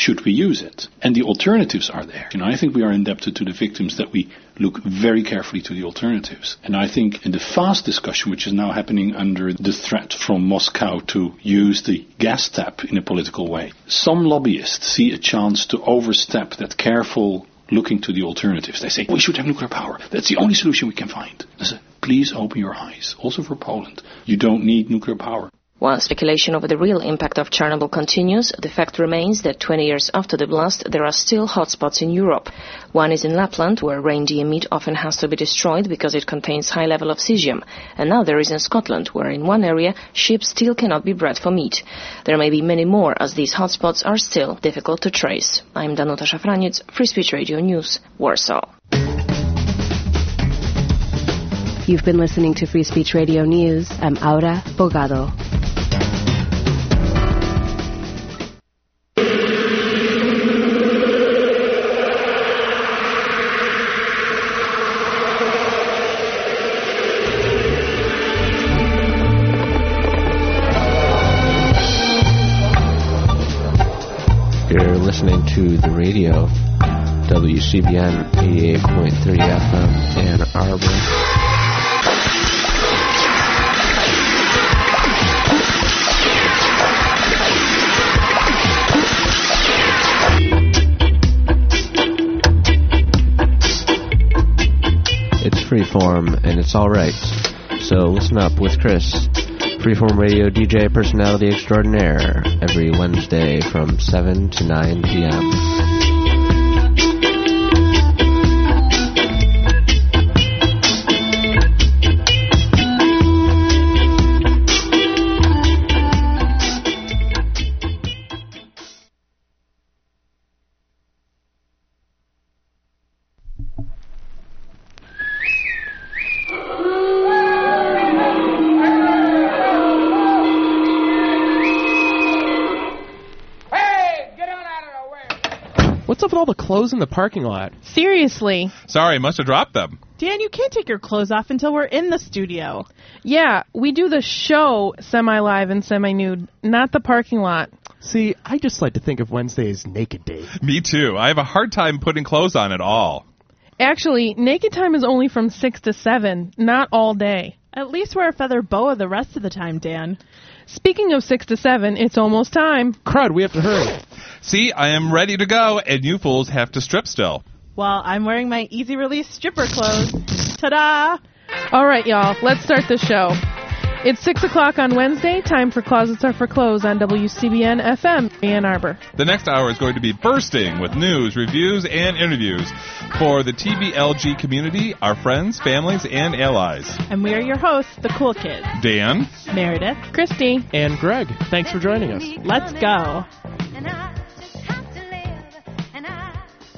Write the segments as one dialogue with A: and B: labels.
A: should we use it? And the alternatives are there. You know, I think we are indebted to the victims that we look very carefully to the alternatives. And I think in the fast discussion, which is now happening under the threat from Moscow to use the gas tap in a political way, some lobbyists see a chance to overstep that careful looking to the alternatives. They say, we should have nuclear power. That's the only solution we can find. I say, please open your eyes, also for Poland. You don't need nuclear power.
B: While speculation over the real impact of Chernobyl continues, the fact remains that 20 years after the blast, there are still hotspots in Europe. One is in Lapland, where reindeer meat often has to be destroyed because it contains high level of cesium. Another is in Scotland, where in one area, sheep still cannot be bred for meat. There may be many more, as these hotspots are still difficult to trace. I'm Danuta Szafraniec, Free Speech Radio News, Warsaw.
C: You've been listening to Free Speech Radio News. I'm Aura Bogado.
D: You're listening to the radio, WCBN 88.3 FM, Ann Arbor. It's freeform, and it's alright. So listen up with Chris, Freeform Radio DJ Personality Extraordinaire, every Wednesday from 7 to 9 p.m.
E: What's up with all the clothes in the parking lot?
F: Seriously.
G: Sorry, must have dropped them.
F: Dan, you can't take your clothes off until we're in the studio. Yeah, we do the show semi live and semi nude, not the parking lot.
E: See, I just like to think of Wednesday as naked day.
G: Me too. I have a hard time putting clothes on at all.
F: Actually, naked time is only from 6 to 7, not all day. At least wear a feather boa the rest of the time, Dan. Speaking of 6 to 7, it's almost time.
E: Crud, we have to hurry.
G: See, I am ready to go, and you fools have to strip still.
H: Well, I'm wearing my easy release stripper clothes. Ta da!
F: All right, y'all, let's start the show. It's 6 o'clock on Wednesday, time for Closets Are for Clothes on WCBN FM, Ann Arbor.
G: The next hour is going to be bursting with news, reviews, and interviews for the TBLG community, our friends, families, and allies.
H: And we are your hosts, the cool kids
G: Dan,
H: Meredith.
F: Christy,
E: And Greg, thanks for joining us.
H: Let's go.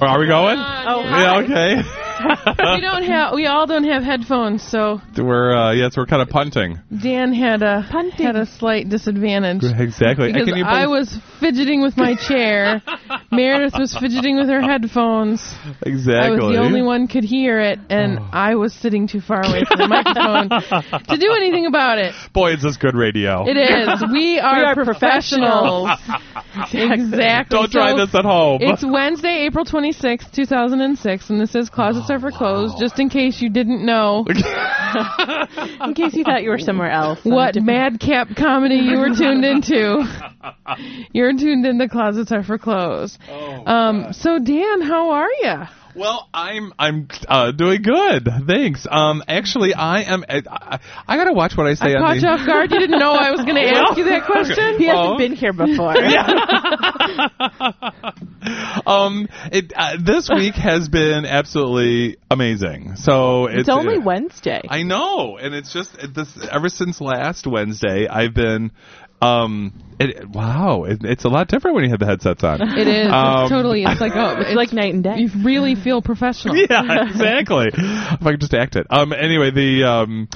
G: are we going?
F: Oh,
G: Yeah, okay.
F: we don't have, we all don't have headphones, so
G: We're uh, yes, we're kind of punting.
F: Dan had a had a slight disadvantage
G: Exactly.
F: because I was fidgeting with my chair. Meredith was fidgeting with her headphones. I
G: exactly.
F: was the only one could hear it, and I was sitting too far away from the microphone to do anything about it.
G: Boy, is this good radio.
F: It is. We are, professionals. exactly.
G: Don't try
F: So
G: this at home.
F: It's Wednesday, April twenty sixth, two 2006, and this is
G: Oh,
F: Closets Are for Clothes, just in case you didn't know
H: In case you thought you were somewhere else. on a
F: what
H: different-
F: madcap comedy you were tuned into. You're tuned into Closets Are for Clothes.
G: Oh,
F: um, so, Dan, how are you?
G: Well, I'm I'm uh, doing good. Thanks. Um, actually, I am. I, I, I gotta watch what I say.
F: I
G: on
F: caught
G: the,
F: you off guard. You didn't know I was going to ask you that question.
H: He hasn't
G: Oh.
H: been here before.
G: Um, it, uh, this week has been absolutely amazing. So it's,
H: It's only
G: uh,
H: Wednesday.
G: I know, and it's just it, this. Ever since last Wednesday, I've been. Um, it, wow, it, it's a lot different when you have the headsets on.
F: It is.
G: Um,
F: it's totally. It's like oh,
H: it's like night and day.
F: you really feel professional.
G: yeah, exactly. if I could just act it. Um. Anyway, the um.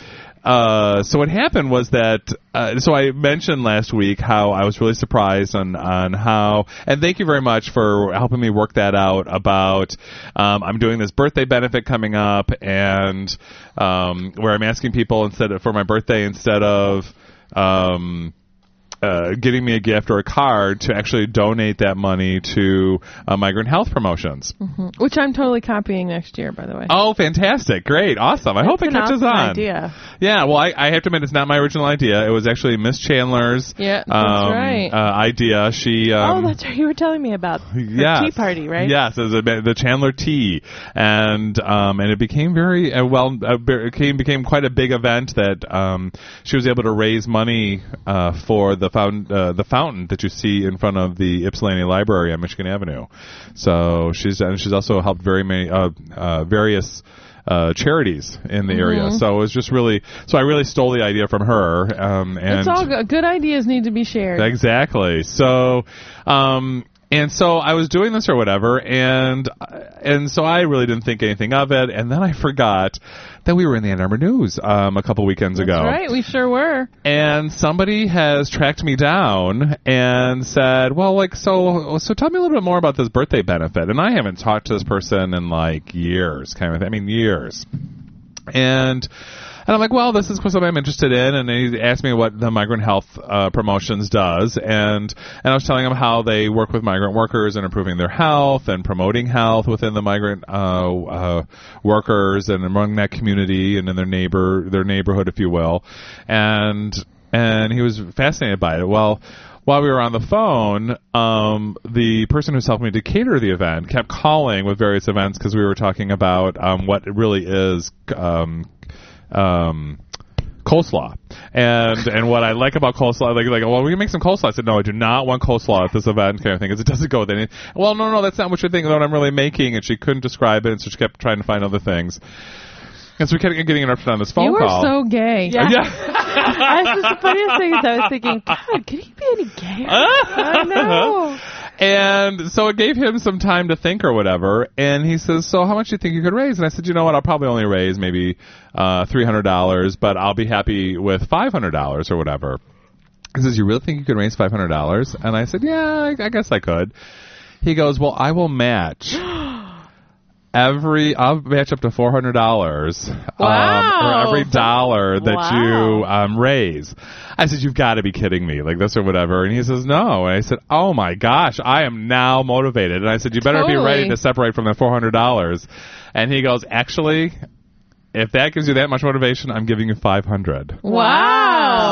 G: Uh, so what happened was that uh, so I mentioned last week how I was really surprised on on how and thank you very much for helping me work that out about um, I'm doing this birthday benefit coming up and um, where I'm asking people instead of for my birthday instead of um, uh, getting me a gift or a card to actually donate that money to uh, migrant health promotions.
F: Which I'm totally copying next year, by the way.
G: Oh, fantastic! Great, awesome. I hope it
H: It's an
G: catches
H: awesome
G: on.
H: idea.
G: Yeah, well, I, I have to admit it's not my original idea. It was actually Miss Chandler's
F: Yeah, that's
G: um,
F: right.
G: uh, idea. She
H: Oh,
G: um,
H: that's right. You were telling me about her
G: yes.
H: tea party, right?
G: Yes, it was a, the Chandler tea, and um, and it became very uh, well. Uh, be- it came became quite a big event that um, she was able to raise money uh, for the found uh, the fountain that you see in front of the Ypsilanti Library on Michigan Avenue. So she's and she's also helped very many uh, uh, various. Uh, charities in the area,
H: Mm-hmm.
G: so it was just really. So I really stole the idea from her, um, and
F: it's all good. Good ideas need to be shared.
G: Exactly. So, um, and so I was doing this or whatever, and and so I really didn't think anything of it, and then I forgot that we were in the Ann Arbor News um, a couple weekends ago,
F: That's right. We sure were.
G: and somebody has tracked me down and said, "Well, like, so so tell me a little bit more about this birthday benefit." And I haven't talked to this person in like years, kind of. I mean, years and and I'm like, well, this is something I'm interested in, and he asked me what the migrant health uh, promotions does, and and I was telling him how they work with migrant workers and improving their health and promoting health within the migrant uh, uh, workers and among that community and in their neighbor their neighborhood, if you will, and and he was fascinated by it. Well, while we were on the phone, um, the person who's helping me to cater the event kept calling with various events because we were talking about um, what it really is um, um, coleslaw and and what I like about coleslaw like like well we can make some coleslaw I said no I do not want coleslaw at this event kind of thing because it doesn't go with any well no no that's not what you're thinking what I'm really making and she couldn't describe it and so she kept trying to find other things and so we kept getting interrupted on this phone
F: You were
G: call
F: so gay.
H: Yeah.
G: yeah.
H: That's just the funniest thing is I was thinking, God, could he be any gayer? I know.
G: And so it gave him some time to think or whatever. And he says, "So how much do you think you could raise?" And I said, "You know what? I'll probably only raise maybe uh, three hundred dollars, but I'll be happy with five hundred dollars or whatever." He says, "You really think you could raise five hundred dollars?" And I said, "Yeah, I, I guess I could." He goes, "Well, I will match." Every I'll match up to four hundred dollars
F: Wow.
G: um, for every dollar that
H: Oh. Wow.
G: you um, raise. I said, "You've got to be kidding me!" Like this or whatever. And he says, "No." And I said, "Oh my gosh, I am now motivated." And I said, "You better be
F: Totally.
G: ready to separate from the four hundred dollars." And he goes, "Actually, if that gives you that much motivation, I'm giving you five hundred. Oh,
F: Wow.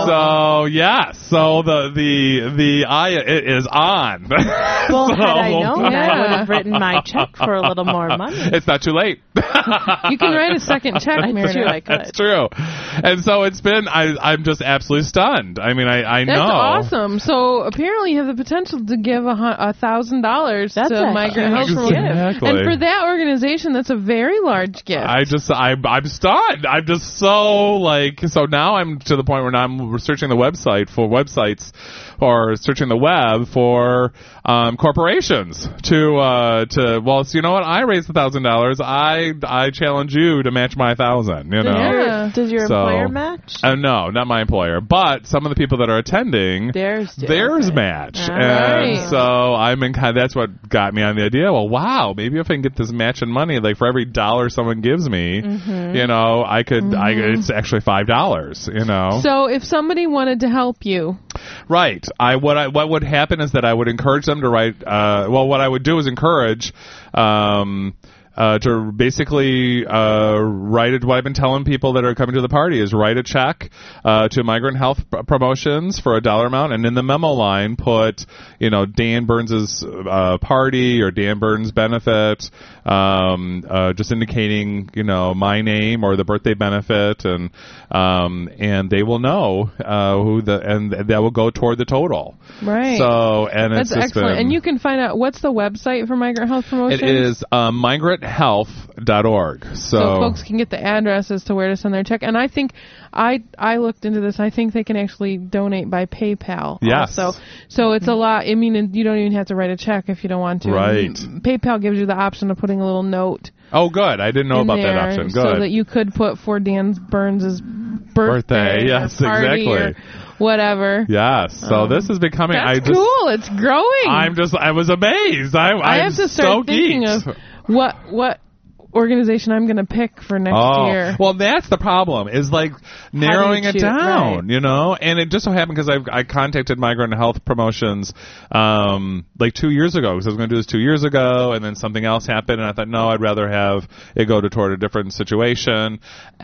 G: So yeah, so the the the I it is on.
H: Well,
G: So-
H: had I known that, I
F: Yeah.
H: would have written my check for a little more money.
G: It's not too late.
F: You can write a second check, Meredith.
H: true, I could.
G: That's true. And so it's been. I I'm just absolutely stunned. I mean, I I
F: That's
G: know.
F: awesome. So apparently you have the potential to give a hu- a thousand dollars
H: That's
F: to
H: a
F: migrant health
H: huge
F: promotion.
H: gift.
G: Exactly.
F: And for that organization, that's a very large gift.
G: I just I I'm stunned. I'm just so like so now I'm to the point where now I'm searching the website for websites or searching the web for um, corporations to uh, to well so you know what I raised a thousand dollars I I challenge you to match my thousand you know
F: Yeah.
H: Does your
G: So-
H: employer match?
G: uh, no not my employer but some of the people that are attending
H: Theirs do.
G: theirs match. and
F: right.
G: so I'm in kind that's what got me on the idea. Well, wow, maybe if I can get this match in money, like for every dollar someone gives me, you know, I could, I it's actually five dollars, you know.
F: So if somebody wanted to help you,
G: Right. I what I what would happen is that I would encourage them to write. Uh, well, what I would do is encourage. Um, uh, to basically uh, write it. What I've been telling people that are coming to the party is write a check uh, to Migrant Health P- Promotions for a dollar amount, and in the memo line put, you know, Dan Burns's uh, party or Dan Burns benefit, um, uh, just indicating, you know, my name or the birthday benefit, and um, and they will know uh, who the and that will go toward the total.
F: right?
G: So and
F: that's
G: it's just
F: excellent.
G: been-
F: and you can find out what's the website for migrant health promotion.
G: it is um, uh, migranthealth.org. So,
F: So folks can get the address as to where to send their check. And I think I I looked into this. I think they can actually donate by PayPal.
G: Yes.
F: Also. So it's a lot. I mean, and you don't even have to write a check if you don't want to.
G: Right.
F: PayPal gives you the option of putting a little note
G: oh, good. I didn't know
F: in
G: about
F: there
G: that option. Good.
F: so that you could put for Dan Burns's birthday.
G: Birthday, yes,
F: or party
G: exactly.
F: Or whatever.
G: yes. So this is becoming.
F: Oh. That's
G: I just,
F: cool. It's growing.
G: I'm just. I was amazed. I,
F: I
G: I'm
F: have to start
G: so
F: thinking
G: geeked.
F: of what what organization I'm going to pick for next
G: Oh,
F: year.
G: well, that's the problem. Is like narrowing it
H: choose,
G: down,
H: right.
G: you know. And it just so happened because I I contacted Migrant Health Promotions um like two years ago because I was going to do this two years ago, and then something else happened, and I thought no, I'd rather have it go to toward a different situation,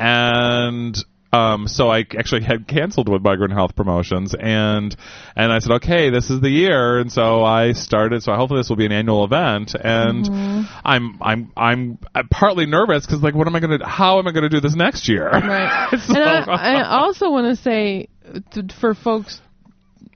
G: and. Um, so I actually had canceled with Migrant Health Promotions, and and I said, okay, this is the year, and so I started. So hopefully this will be an annual event, and
F: Mm-hmm.
G: I'm I'm I'm uh, partly nervous because like, what am I gonna? How am I gonna do this next year?
F: Right.
G: So-
F: and I, I also want to say to, for folks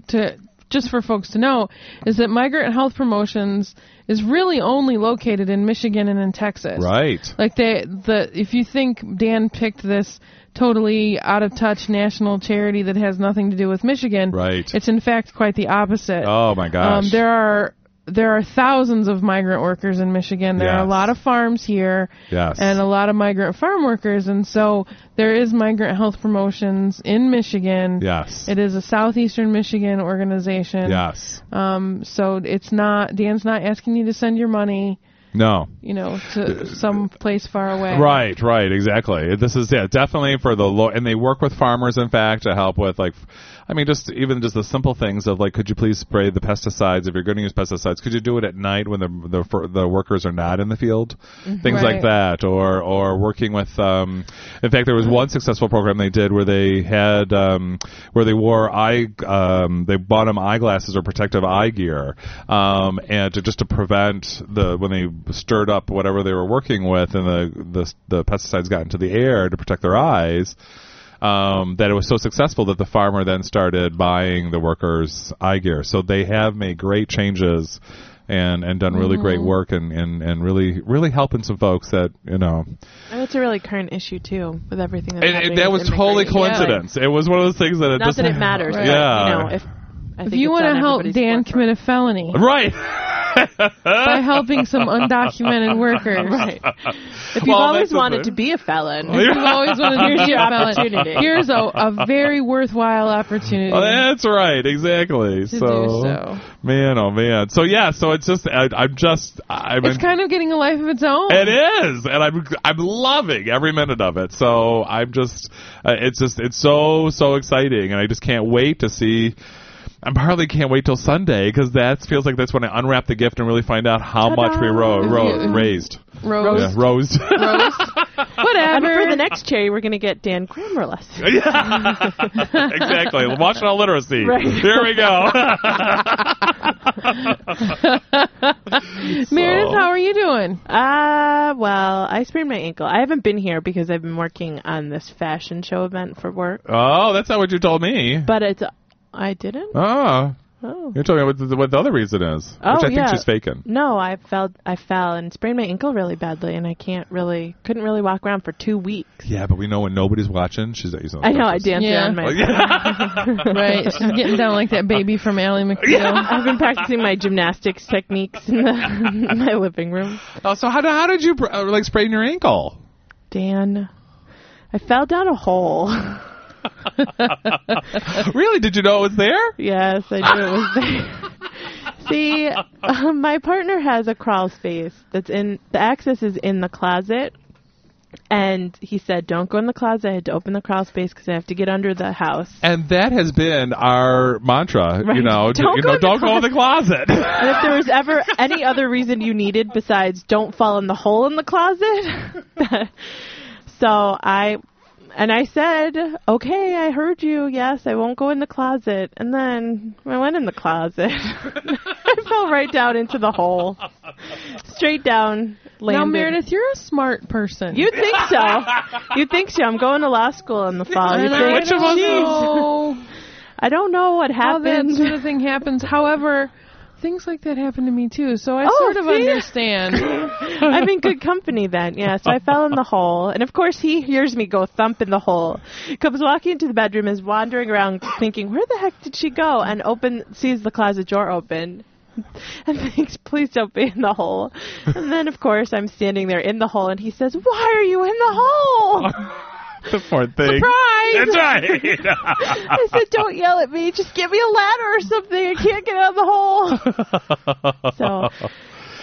F: to just for folks to know is that Migrant Health Promotions is really only located in Michigan and in Texas.
G: right.
F: Like they the if you think Dan picked this totally out of touch national charity that has nothing to do with Michigan,
G: Right.
F: it's in fact quite the opposite.
G: Oh my gosh.
F: Um, there are there are thousands of migrant workers in Michigan. There are a
G: Yes.
F: lot of farms here,
G: Yes.
F: and a lot of migrant farm workers, and so there is migrant health promotions in Michigan.
G: yes.
F: It is a southeastern Michigan organization.
G: yes.
F: Um. So it's not Dan's not asking you to send your money,
G: No.
F: you know, to some place far away.
G: Uh, Right, right, exactly. This is yeah, definitely for the low, and they work with farmers, in fact, to help with like, I mean, just even just the simple things of like, could you please spray the pesticides if you're going to use pesticides? Could you do it at night when the the, fir- the workers are not in the field? Things like
F: Right.
G: that, or or working with. Um, in fact, there was one successful program they did where they had um, where they wore eye, um, they bought them eyeglasses or protective eye gear, um, and to just to prevent the when they stirred up whatever they were working with and the the, the pesticides got into the air to protect their eyes. Um, that it was so successful that the farmer then started buying the workers eye gear. So they have made great changes and, and done really
H: Mm-hmm.
G: great work and, and, and really really helping some folks that you know
H: And it's a really current issue too, with everything that's
G: and,
H: happening
G: and that was
H: in the
G: totally
H: green. Yeah, like,
G: coincidence. it was one of those things that it
H: not
G: just
H: that it matters, but
G: Yeah.
H: you know, if I
F: If
H: think
F: you
H: want to
F: help Dan commit a felony
G: right.
F: by helping some undocumented workers,
H: right. If you've
G: Well, that's
H: always
G: the
H: wanted
G: thing.
H: to be a felon,
F: You've always wanted to
H: Here's
F: be
H: your
F: a felon.
H: opportunity.
F: Here's a, a very worthwhile opportunity.
G: Oh, that's right, exactly.
F: to
G: So,
F: do so.
G: man, oh man. So yeah, so it's just I, I'm just I, I'm
F: It's kind of getting a life of its own.
G: It is, and I'm I'm loving every minute of it. So I'm just, uh, it's just it's so so exciting, and I just can't wait to see. I hardly can't wait till Sunday because that feels like that's when I unwrap the gift and really find out how much we ro- ro- raised.
F: Rose.
G: Yeah, rose.
H: And
F: Whatever.
H: for the next cherry, we're going to get Dan grammar lessons.
G: Yeah. exactly. Emotional literacy.
H: Right.
G: Here we go.
F: Meredith, how are you doing?
H: Uh, well, I sprained my ankle. I haven't been here because I've been working on this fashion show event for work.
G: oh, that's not what you told me.
H: But it's. I didn't?
G: Oh.
H: Oh.
G: You're telling me what the, what the other reason is,
H: Oh,
G: which I
H: yeah.
G: think she's faking.
H: No, I fell. I fell and sprained my ankle really badly, and I can't really, couldn't really walk around for two weeks.
G: Yeah, but we know when nobody's watching, she's not using.
H: I know I danced
F: Yeah.
H: around my.
F: Right. She's getting down like that baby from Ally McBeal.
H: I've been practicing my gymnastics techniques in, the, in my living room.
G: Oh, so how, do- how did you br- uh, like sprain your ankle?
H: Dan, I fell down a hole.
G: really? Did you know it was there?
H: yes, I knew it was there. See, um, my partner has a crawl space that's in the access is in the closet, and he said, "Don't go in the closet." I had to open the crawl space because I have to get under the house.
G: And that has been our mantra. You
H: Right.
G: know,
H: Don't
G: you
H: go
G: know,
H: in the
G: don't go in the closet.
H: And if there was ever any other reason you needed besides don't fall in the hole in the closet, so Oh, I and I said, "Okay, I heard you. Yes, I won't go in the closet." And then I went in the closet. I fell right down into the hole, straight down. Landed.
F: Now, Meredith, you're a smart person.
H: you think so? You think so? I'm going to law school in the fall. You
F: And
H: think,
F: I
G: Which of us-
F: don't
H: "Jeez,
F: know
H: I don't know what
F: how that
H: happened.
F: sort of thing happens. However, things like that happen to me too, so I
H: Oh,
F: sort of
H: see?
F: understand.
H: I'm in good company then. Yeah, so I fell in the hole, and of course he hears me go thump in the hole. Comes walking into the bedroom, is wandering around, thinking, "Where the heck did she go?" And open sees the closet door open, and thinks, "Please don't be in the hole." And then of course I'm standing there in the hole, and he says, "Why are you in the hole?"
G: the poor thing.
H: Surprise!
G: That's right.
H: I said, "Don't yell at me. Just give me a ladder or something. I can't get out of the hole." So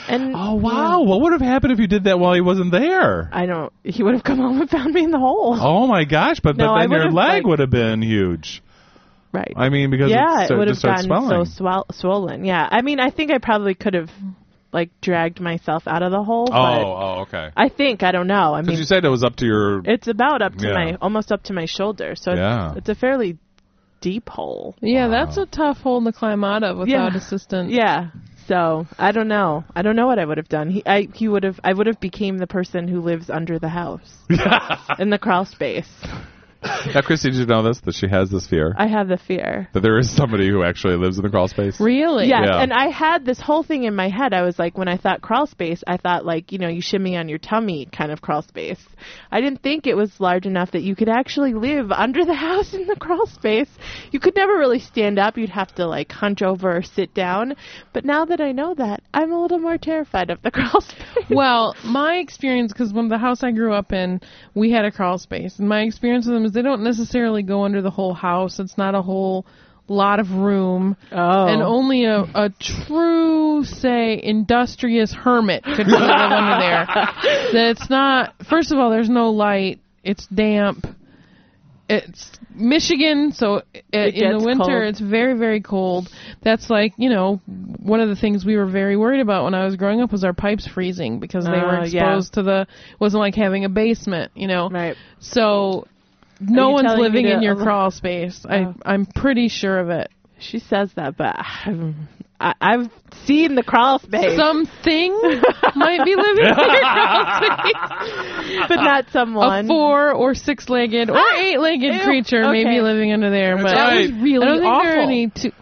H: And
G: Oh wow! What would have happened if you did that while he wasn't there?
H: I don't. He would have come home and found me in the hole.
G: Oh my gosh! But,
H: No,
G: but
H: I
G: then your
H: would've,
G: leg
H: like-
G: would have been huge.
H: Right.
G: I mean, because
H: yeah,
G: it, start,
H: it would have
G: just starts
H: gotten
G: swelling.
H: so swell- swollen. Yeah. I mean, I think I probably could have like dragged myself out of the hole.
G: oh, oh, okay.
H: But I think I don't know. I
G: Because
H: mean,
G: you said it was up to your.
H: it's about up to
G: Yeah.
H: my almost up to my shoulder, so
G: Yeah.
H: it's, it's a fairly deep hole.
F: Yeah, that's a tough hole to climb out of without
H: Yeah.
F: assistance.
H: Yeah. So I don't know. I don't know what I would have done. He, I, he would have. I would have became the person who lives under the house in the crawl space.
G: now, Christy, did you know this? That she has this fear
H: I have the fear.
G: that there is somebody who actually lives in the crawl space.
F: Really?
H: Yes,
G: Yeah.
H: and I had this whole thing in my head. I was like, when I thought crawl space, I thought like, you know, you shimmy on your tummy kind of crawl space. I didn't think it was large enough that you could actually live under the house in the crawl space. You could never really stand up. You'd have to like hunch over or sit down. But now that I know that, I'm a little more terrified of the crawl space.
F: Well, my experience, because when the house I grew up in, we had a crawl space, and my experience with them is they don't necessarily go under the whole house. It's not a whole lot of room,
H: Oh.
F: and only a, a true, say, industrious hermit could really live under there. That it's not. First of all, there's no light. It's damp. It's Michigan, so i in the
H: gets
F: winter
H: cold.
F: it's very very cold. That's like you know one of the things we were very worried about when I was growing up was our pipes freezing because they were
H: Oh, yeah.
F: exposed to the wasn't like having a basement, you know.
H: Right.
F: So no
H: you
F: one's
H: telling me
F: living
H: to-
F: in your crawl space.
H: Oh.
F: I I'm pretty sure of it.
H: She says that, but I'm, I, I've seen the crawl space,
F: Something might be living in your crawl space.
H: but not someone. Ah!
F: A four or six legged or eight legged
H: Ew.
F: creature may
H: Okay.
F: be living under there, but
G: That was
F: really I don't think there are
H: awful.
F: any two.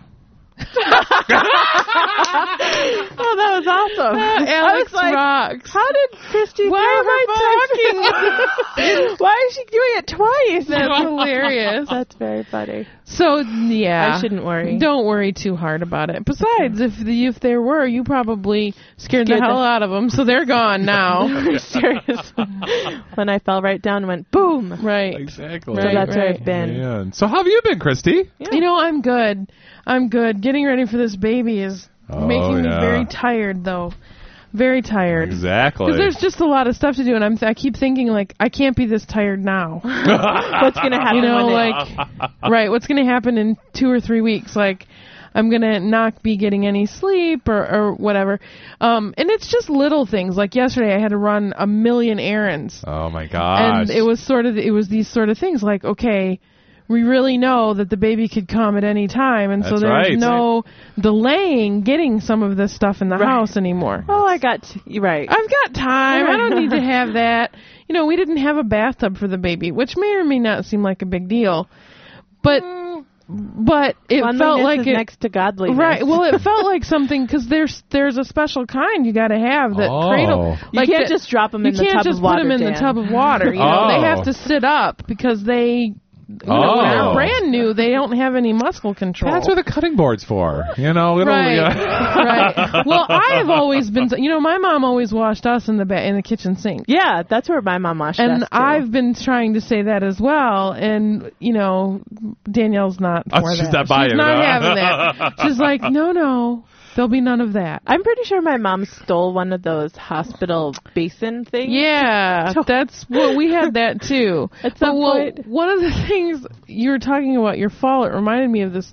H: Oh, that was awesome. I was
F: Alex
H: like,
F: rocks.
H: How did Christy?
F: Why
H: throw
F: am
H: her
F: I
H: book? Why is she doing it twice?
F: That's hilarious.
H: That's very funny.
F: So yeah,
H: I shouldn't worry.
F: Don't worry too hard about it. Besides, if the, if there were, you probably scared, the
H: Scared
F: hell
H: the-
F: out of them, so they're gone now.
H: Seriously. when I fell right down, and went boom.
F: right.
G: Exactly.
H: so that's where I've
F: right.
H: been.
G: Man. So how have you been, Christy?
F: You know, I'm good. I'm good. Getting ready for this baby is
G: Oh,
F: making me
G: yeah.
F: very tired, though. Very tired.
G: Exactly.
F: Because there's just a lot of stuff to do, and I'm I keep thinking like I can't be this tired now.
H: What's gonna happen?
F: You know,
H: when it-
F: like right, what's gonna happen in two or three weeks? Like I'm gonna not be getting any sleep or, or whatever. Um, and it's just little things. Like yesterday, I had to run a million errands,
G: Oh my gosh.
F: and it was sort of it was these sort of things. Like okay. We really know that the baby could come at any time, and so
G: That's
F: there's
G: right.
F: no delaying getting some of this stuff in the house anymore.
H: oh, I got t- you right.
F: I've got time. I don't need to have that. You know, we didn't have a bathtub for the baby, which may or may not seem like a big deal, but but it
H: Mm. Cleanliness
F: felt like
H: is
F: it.
H: next to godliness.
F: Right. Well, it felt like something because there's there's a special kind you got to have that
G: Oh.
F: cradle.
H: You
F: like
H: can't
F: that-
H: just drop 'em
F: you
H: in the
F: can't
H: tub
F: just
H: of water,
F: put them in
H: Dan.
F: the tub of water. You know,
G: Oh.
F: they have to sit up because they. You know,
G: Oh.
F: they're brand new. They don't have any muscle control.
G: that's what the cutting board's for. You know, little
F: Right.
G: yeah.
F: right. Well, I have always been. You know, my mom always washed us in the ba- in the kitchen sink.
H: yeah, that's where my mom washed us,
F: And
H: too.
F: I've been trying to say that as well, and you know, Danielle's not for
G: Oh, she's
F: that.
G: not buying
F: she's not
G: it, huh?
F: having that. She's like, no, no, there'll be none of that.
H: I'm pretty sure my mom stole one of those hospital basin things.
F: Yeah, that's well, we had that too.
H: At some
F: well,
H: point.
F: one of the things you were talking about your fall, it reminded me of this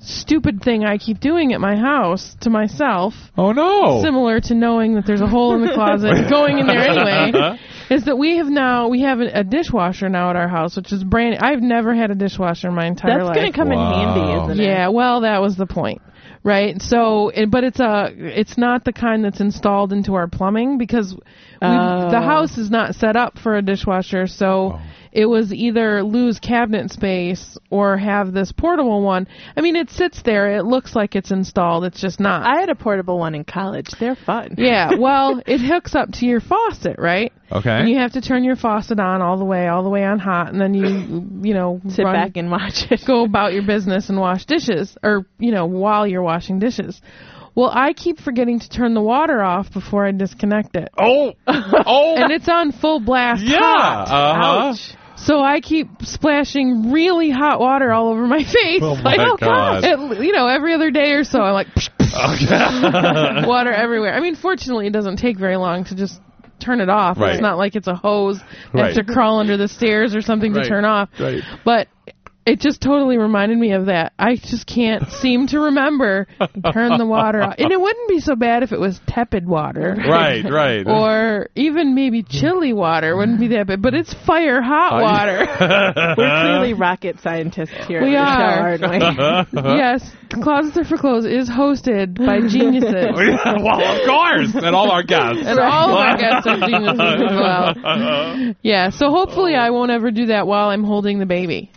F: stupid thing I keep doing at my house to myself.
G: Oh no.
F: similar to knowing that there's a hole in the closet going in there anyway is that we have now we have a, a dishwasher now at our house which is brand I've never had a dishwasher in my entire
H: That's
F: life.
H: gonna come
G: Wow.
H: in handy, isn't it?
F: yeah, well that was the point. Right? So it- but it's a it's not the kind that's installed into our plumbing because we, the
H: Oh.
F: house is not set up for a dishwasher so
G: Oh.
F: it was either lose cabinet space or have this portable one. I mean it sits there, it looks like it's installed, it's just not.
H: I had a portable one in college. They're fun.
F: Yeah, well, it hooks up to your faucet, right? And you
G: Okay.
F: have to turn your faucet on all the way, all the way on hot, and then you, you know,
H: Sit
F: run-
H: back and watch it.
F: go about your business and wash dishes, or you know, while you're washing dishes. Well, I keep forgetting to turn the water off before I disconnect it,
G: Oh. Oh.
F: and it's on full blast.
G: yeah.
F: hot.
G: Uh huh.
H: Ouch.
F: So I keep splashing really hot water all over my face.
G: Oh my
F: like,
G: God.
F: It, you know, every other day or so, I'm like, psh, psh, water everywhere. I mean, fortunately, it doesn't take very long to just turn it off.
G: Right.
F: It's not like it's a hose that has to
G: Right.
F: crawl under the stairs or something
G: Right.
F: to turn off.
G: Right.
F: But it just totally reminded me of that. I just can't seem to remember to turn the water off. And it wouldn't be so bad if it was tepid water.
G: Right, right.
F: Or even maybe chilly water wouldn't be that bad, but it's fire hot
G: Hot-
F: water.
H: We're clearly rocket scientists here.
F: We
H: on
F: are.
H: the show, aren't we?
G: Uh-huh.
F: yes, Closets Are for Clothes is hosted by
G: Oh,
F: geniuses.
G: well, of course, and all our guests.
F: And all of our guests are geniuses as
G: Uh-huh.
F: well. Yeah, so hopefully I won't ever do that while I'm holding the baby.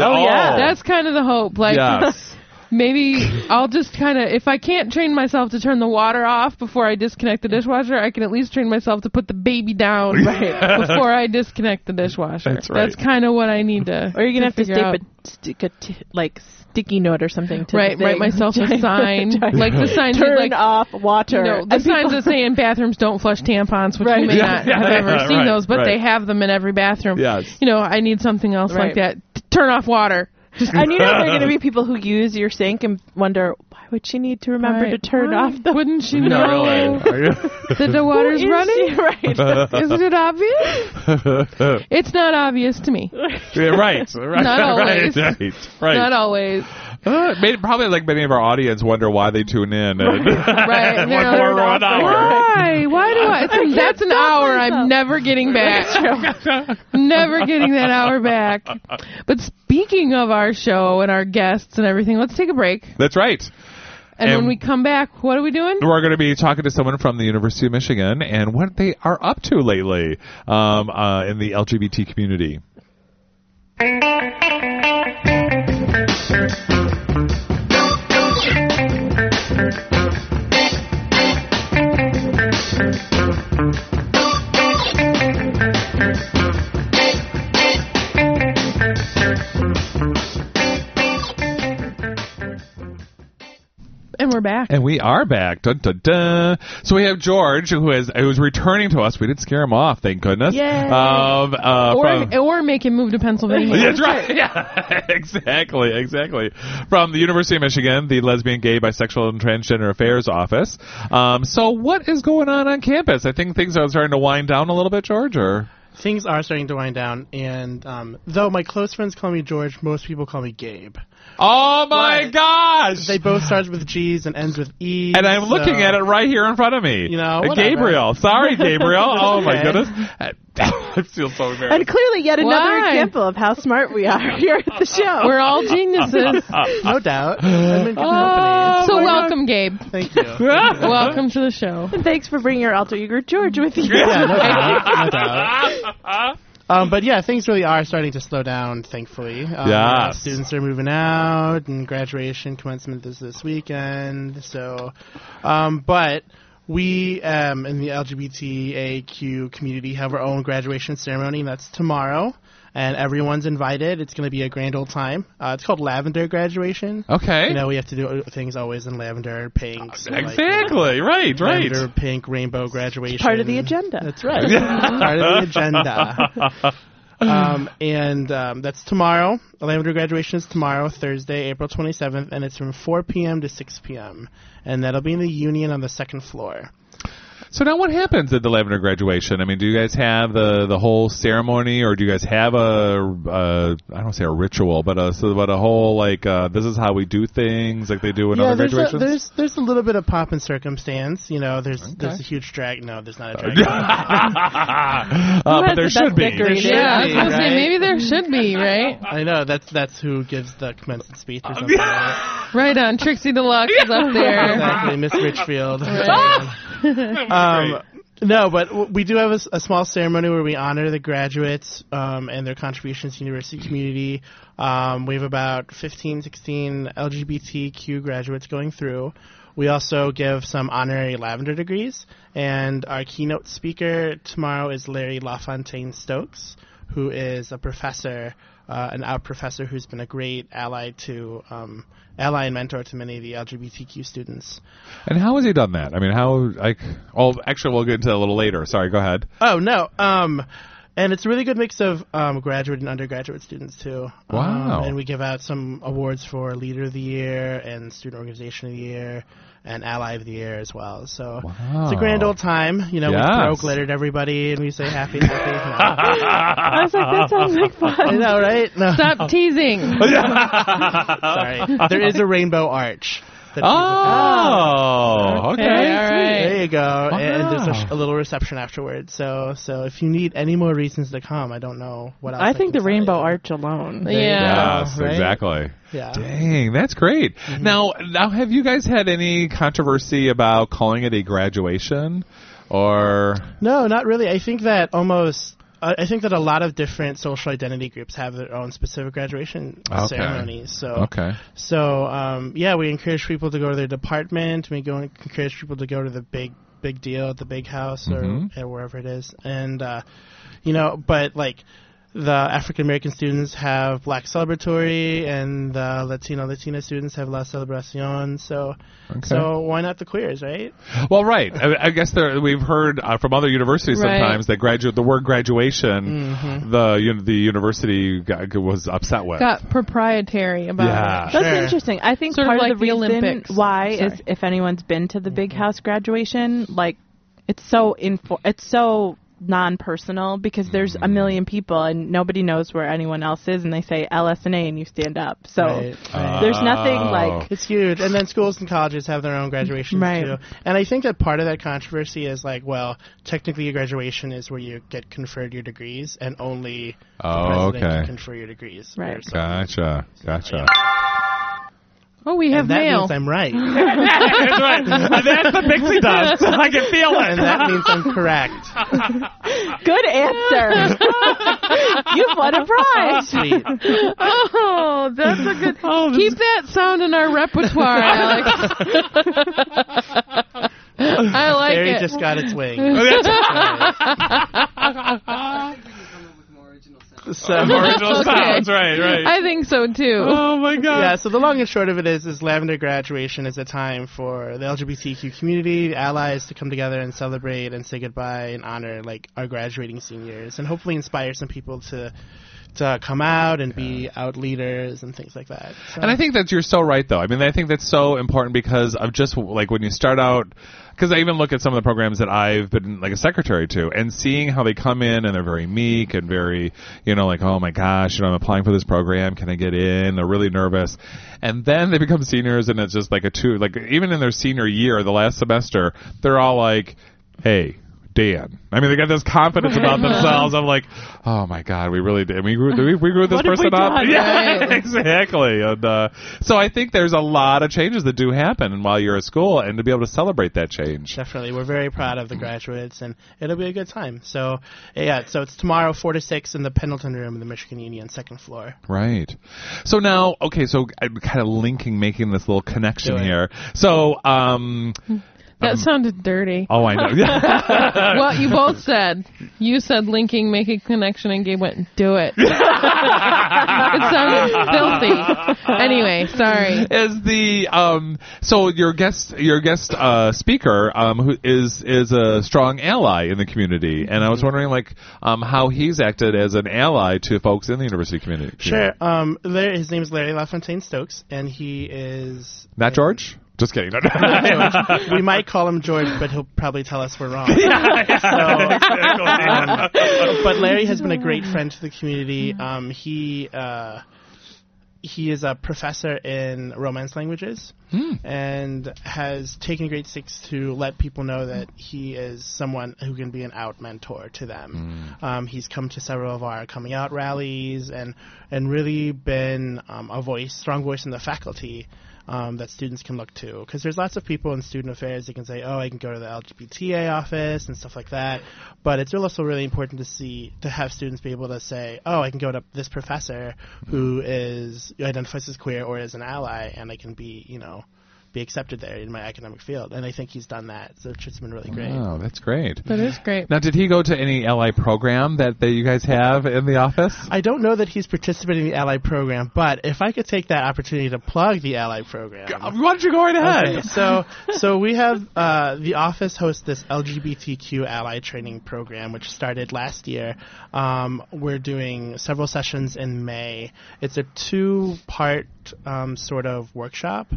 G: oh yeah,
F: That's kind of the hope. Like
G: yes.
F: maybe I'll just kind of if I can't train myself to turn the water off before I disconnect the dishwasher, I can at least train myself to put the baby down before I disconnect the dishwasher.
G: That's right.
F: That's kind of what I need to
H: Or you're gonna have to
F: figure
H: stick
F: out.
H: a, stick a t- like sticky note or something to
F: Right,
H: the
F: write
H: thing.
F: myself a
H: Giant-
F: sign,
H: giant-
F: like the signs that,
H: turn
F: like
H: off water.
F: you know, the
H: And people-
F: signs that say in bathrooms don't flush tampons, which
H: Right.
F: you may
H: Yeah,
F: not
G: yeah,
F: have ever
G: yeah,
F: seen
G: right,
F: those, but
G: right.
F: they have them in every bathroom.
G: Yes.
F: You know, I need something else
H: Right.
F: like that. T- turn off water. Just
H: and you know there are going to be people who use your sink and wonder why would she need to remember
F: Right.
H: to turn
F: Why
H: off the
F: Wouldn't she
G: No,
F: know that the water's
H: Is
F: running?
H: she- right.
F: Isn't it obvious?
G: really.
F: It's not obvious to me.
G: Yeah, right, right,
F: Not
G: right,
F: always.
G: right, right.
F: Not always.
G: Uh, it made- probably like many of our audience wonder why they tune in. And
F: Right.
G: One
F: They're
G: more
F: like,
G: one hour.
F: Why? Why do I? It's- that's an hour I'm never getting back. never getting that hour back. But speaking of our show and our guests and everything, let's take a break.
G: That's right.
F: And,
G: And-
F: when we come back, what are we doing?
G: We're going to be talking to someone from the University of Michigan and what they are up to lately um, uh, in the LGBT community.
F: And we're back.
G: And we are back. Dun, dun, dun. So we have George, who is who is returning to us. We didn't scare him off, thank goodness.
H: Yay.
G: Um, uh, from-
F: Or, or make him move to Pennsylvania.
G: That's right. Yeah, exactly, exactly. From the University of Michigan, the Lesbian, Gay, Bisexual, and Transgender Affairs Office. Um, so, what is going on on campus? I think things are starting to wind down a little bit, George. Or
I: Things are starting to wind down, and um, though my close friends call me George, most people call me Gabe.
G: oh my
I: What?
G: gosh!
I: They both start with G's and ends with E's.
G: and I'm looking
I: so-
G: at it right here in front of me.
I: You know,
G: Uh,
I: whatever.
G: Gabriel. Sorry, Gabriel. oh my
I: Okay.
G: goodness. I feel so
H: And
G: embarrassed.
H: clearly, yet another
F: Why?
H: example of how smart we are here at the show.
F: We're all geniuses.
I: No doubt. I'm in good company.
F: so welcome, Gabe.
I: Thank you.
F: Welcome to the show.
H: and thanks for bringing your alter ego George with you.
I: Yeah, no doubt. No doubt. Um, but yeah, things really are starting to slow down, thankfully. Um,
G: Yes.
I: Students are moving out, and graduation commencement is this weekend. So, um, but we um, in the LGBTAQ community have our own graduation ceremony, and that's tomorrow. And everyone's invited. It's going to be a grand old time. Uh, it's called Lavender Graduation.
G: Okay.
I: You know, we have to do things always in lavender, pink. so, like,
G: exactly. Right. Right.
I: Lavender, pink, rainbow graduation.
H: Part of the agenda.
I: That's right. Part of the agenda. Um, and um, that's tomorrow. Lavender graduation is tomorrow, Thursday, April 27th, and it's from 4 p.m. to 6 p.m. And that'll be in the Union on the second floor.
G: So now, what happens at the Lavender graduation? I mean, do you guys have the the whole ceremony, or do you guys have a, a I don't say a ritual, but a so but a whole like uh, this is how we do things, like they do in
I: yeah,
G: other
I: there's a,
G: graduations.
I: there's there's a little bit of pomp and circumstance. You know, there's there's a huge drag. No, there's not a drag.
G: uh, but
H: has
G: there
H: the
G: should
H: best
G: be.
H: decorating?
G: There should-
F: Yeah, I was
I: Should be,
F: gonna say
I: right?
F: maybe there should be, right?
I: I know that's that's who gives the commencement speech or something.
F: Right on. Trixie Deluxe is up there.
I: exactly, Miss Richfield. um, no, but w- we do have a, s- a small ceremony where we honor the graduates um, and their contributions to university community. Um, we have about 15, 16 LGBTQ graduates going through. We also give some honorary Lavender degrees, and our keynote speaker tomorrow is Larry LaFontaine Stokes, who is a professor, uh, an out professor who's been a great ally to um, ally and mentor to many of the LGBTQ students.
G: And how has he done that? I mean, how like? Oh, actually, we'll get into that a little later. Sorry, go ahead.
I: Oh no. Um, and it's a really good mix of um, graduate and undergraduate students too. Um,
G: Wow.
I: and we give out some awards for Leader of the Year and Student Organization of the Year and Ally of the Year as well. So it's a grand
G: Wow.
I: old time. You know, we throw
G: Yes.
I: glitter at everybody and we say happy, happy.
H: I was like, that sounds like
I: No. I
H: fun.
I: know, right? No.
F: Stop teasing.
I: Sorry. There is a rainbow arch. that people
G: Oh, okay.
F: Okay, all right.
I: There you go. And there's a,
G: Wow.
I: sh- a little reception afterwards. So, so if you need any more reasons to come, I don't know what else.
H: I think
I: can
H: the
I: tell you.
H: rainbow arch alone.
F: Yeah.
G: Yes,
I: Yeah, right?
G: exactly.
I: Yeah.
G: Dang, that's great. Now, now, have you guys had any controversy about calling it a graduation, or
I: No, not really. I think that almost. I I think that a lot of different social identity groups have their own specific graduation
G: Okay.
I: ceremonies. So,
G: okay,
I: so um, yeah, we encourage people to go to their department. We go encourage people to go to the big big deal at the big house or,
G: Mhm.
I: or wherever it is. And uh, you know, but like the African American students have Black Celebratory, and the Latino Latina students have La Celebracion. So,
G: okay.
I: so why not the queers, right?
G: well, right. I, I guess there, we've heard uh, from other universities
F: Right.
G: sometimes that graduate the word graduation, the un, the university got, was upset with.
F: Got proprietary about
G: Yeah.
F: it.
H: That's
I: Sure.
H: interesting. I think
F: Sort of
H: part
F: like
H: of
F: the
H: the, reason
F: Olympics.
H: why is
F: Sorry.
H: if anyone's been to the big
I: Mm-hmm.
H: house graduation, like it's so info- it's so non-personal because there's
I: Mm-hmm.
H: a million people and nobody knows where anyone else is, and they say LSNA and you stand up. So
I: Right, right.
H: there's nothing
G: Oh.
H: like
I: It's huge. And then schools and colleges have their own graduations
H: Right.
I: too. And I think that part of that controversy is like, well, technically a graduation is where you get conferred your degrees and only the
G: Oh,
I: president
G: okay.
I: can confer your degrees.
H: Right.
I: or something.
G: Gotcha, gotcha.
F: Oh, we have
I: And that
F: mail.
I: means I'm right. That's right. That's the pixie dust. I can feel it. And that means I'm correct.
H: good answer. You've won a prize.
I: Sweet.
F: Oh, that's a good. Keep that sound in our repertoire, Alex. I like
I: Barry
F: it.
I: just got its wing.
G: Oh,
I: so,
G: Original sounds, right, right.
F: I think so too.
G: oh my god.
I: yeah, so the long and short of it is, is Lavender graduation is a time for the LGBTQ community, the allies to come together and celebrate and say goodbye and honor like our graduating seniors, and hopefully inspire some people to to come out and be out leaders and things like that. So,
G: And I think that you're so right, though. I mean, I think that's so important because of just like when you start out, because I even look at some of the programs that I've been like a secretary to, and seeing how they come in and they're very meek and very, you know, like oh my gosh, you know, I'm applying for this program, can I get in? They're really nervous, and then they become seniors, and it's just like a two, like even in their senior year, the last semester, they're all like, hey. Dan. I mean, they got this confidence about themselves. I'm like, oh my god, we really did. We grew, we, we grew this
H: What have
G: person
H: we
G: up.
H: done?
G: Yeah, exactly. And uh, so I think there's a lot of changes that do happen while you're at school, and to be able to celebrate that change.
I: definitely, we're very proud of the graduates, and it'll be a good time. So yeah, so it's tomorrow four to six in the Pendleton Room in the Michigan Union, second floor.
G: Right. So now, okay, so I'm kind of linking, making this little connection
I: Do it.
G: here. So, um,
F: that sounded dirty.
G: oh, I know. Yeah.
F: Well, you both said. You said linking, make a connection, and Gabe went, do it. it sounded filthy. Anyway, sorry.
G: Is the um so your guest your guest uh speaker um who is is a strong ally in the community and I was
I: Mm-hmm.
G: wondering like um how he's acted as an ally to folks in the university community
I: Sure. Um, there, his name is Larry LaFontaine Stokes, and he is
G: not George just kidding
I: we might call him George, but he'll probably tell us we're wrong. So, um, but Larry has been a great friend to the community. Um, he uh, he is a professor in Romance languages and has taken grade six to let people know that he is someone who can be an out mentor to them. Um, he's come to several of our coming out rallies and and really been um, a voice, strong voice in the faculty. Um, that students can look to because there's lots of people in student affairs that can say oh i can go to the lgbta office and stuff like that but it's also really important to see to have students be able to say oh i can go to this professor who is identifies as queer or as an ally and i can be you know be accepted there in my academic field. And I think he's done that, so it's been really great.
G: Oh, that's great.
F: That is great.
G: Now, did he go to any LI program that, that you guys have in the office?
I: I don't know that he's participating in the Allied program, but if I could take that opportunity to plug the Allied program.
G: Uh, Why don't you go right ahead?
I: Okay, so so we have uh, the office hosts this LGBTQ ally training program, which started last year. Um, we're doing several sessions in May. It's a two-part um, sort of workshop,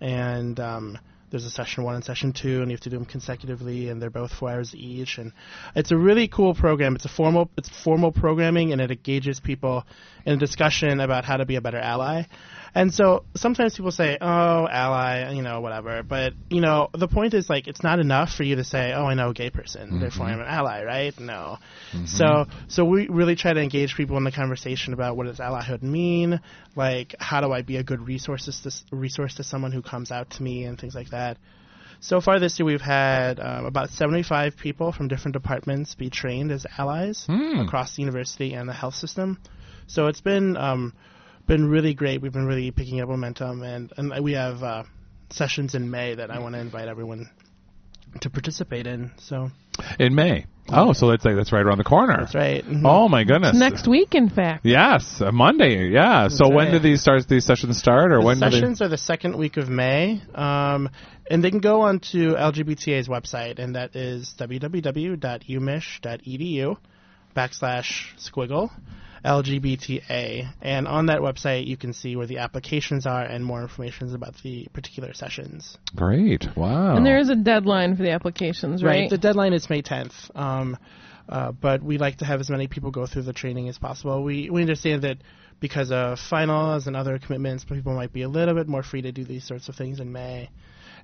I: and um, there's a session one and session two, and you have to do them consecutively, and they're both four hours each. And it's a really cool program. It's a formal, it's formal programming, and it engages people in a discussion about how to be a better ally. And so sometimes people say, "Oh, ally," you know, whatever. But you know, the point is like, it's not enough for you to say, "Oh, I know a gay person, therefore I'm an ally," right? No. So, so we really try to engage people in the conversation about what does allyhood mean, like how do I be a good resources to, resource to someone who comes out to me, and things like that. So far this year, we've had um, about 75 people from different departments be trained as allies across the university and the health system. So it's been um, been really great. We've been really picking up momentum, and and we have uh, sessions in May that I want to invite everyone to participate in. So
G: In May. Oh, so that's like that's right around the corner.
I: that's right. Mhm.
G: Oh my goodness.
F: Next week, in fact.
G: Yes, uh, Monday. Yeah. so when
I: right.
G: do these starts these sessions start, or when do they?
I: sessions are the second week of May, um, and they can go on to LGBTA's website, and that is www.umich.edu E backslash squiggle LGBTA. And on that website, you can see where the applications are and more information about the particular sessions.
G: Great. Wow.
F: And there is a deadline for the applications, right?
I: The deadline is May 10th. Um, uh, but we like to have as many people go through the training as possible. We we understand that because of finals and other commitments, people might be a little bit more free to do these sorts of things in May.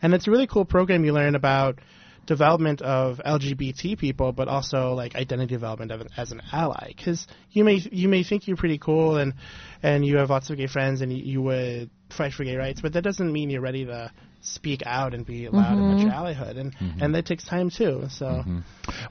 I: And it's a really cool program. You learn about development of LGBT people, but also like identity development of, as an ally. Because you may you may think you're pretty cool and and you have lots of gay friends and you, you would fight for gay rights, but that doesn't mean you're ready to speak out and be loud about your allyhood, and and that takes time too. So.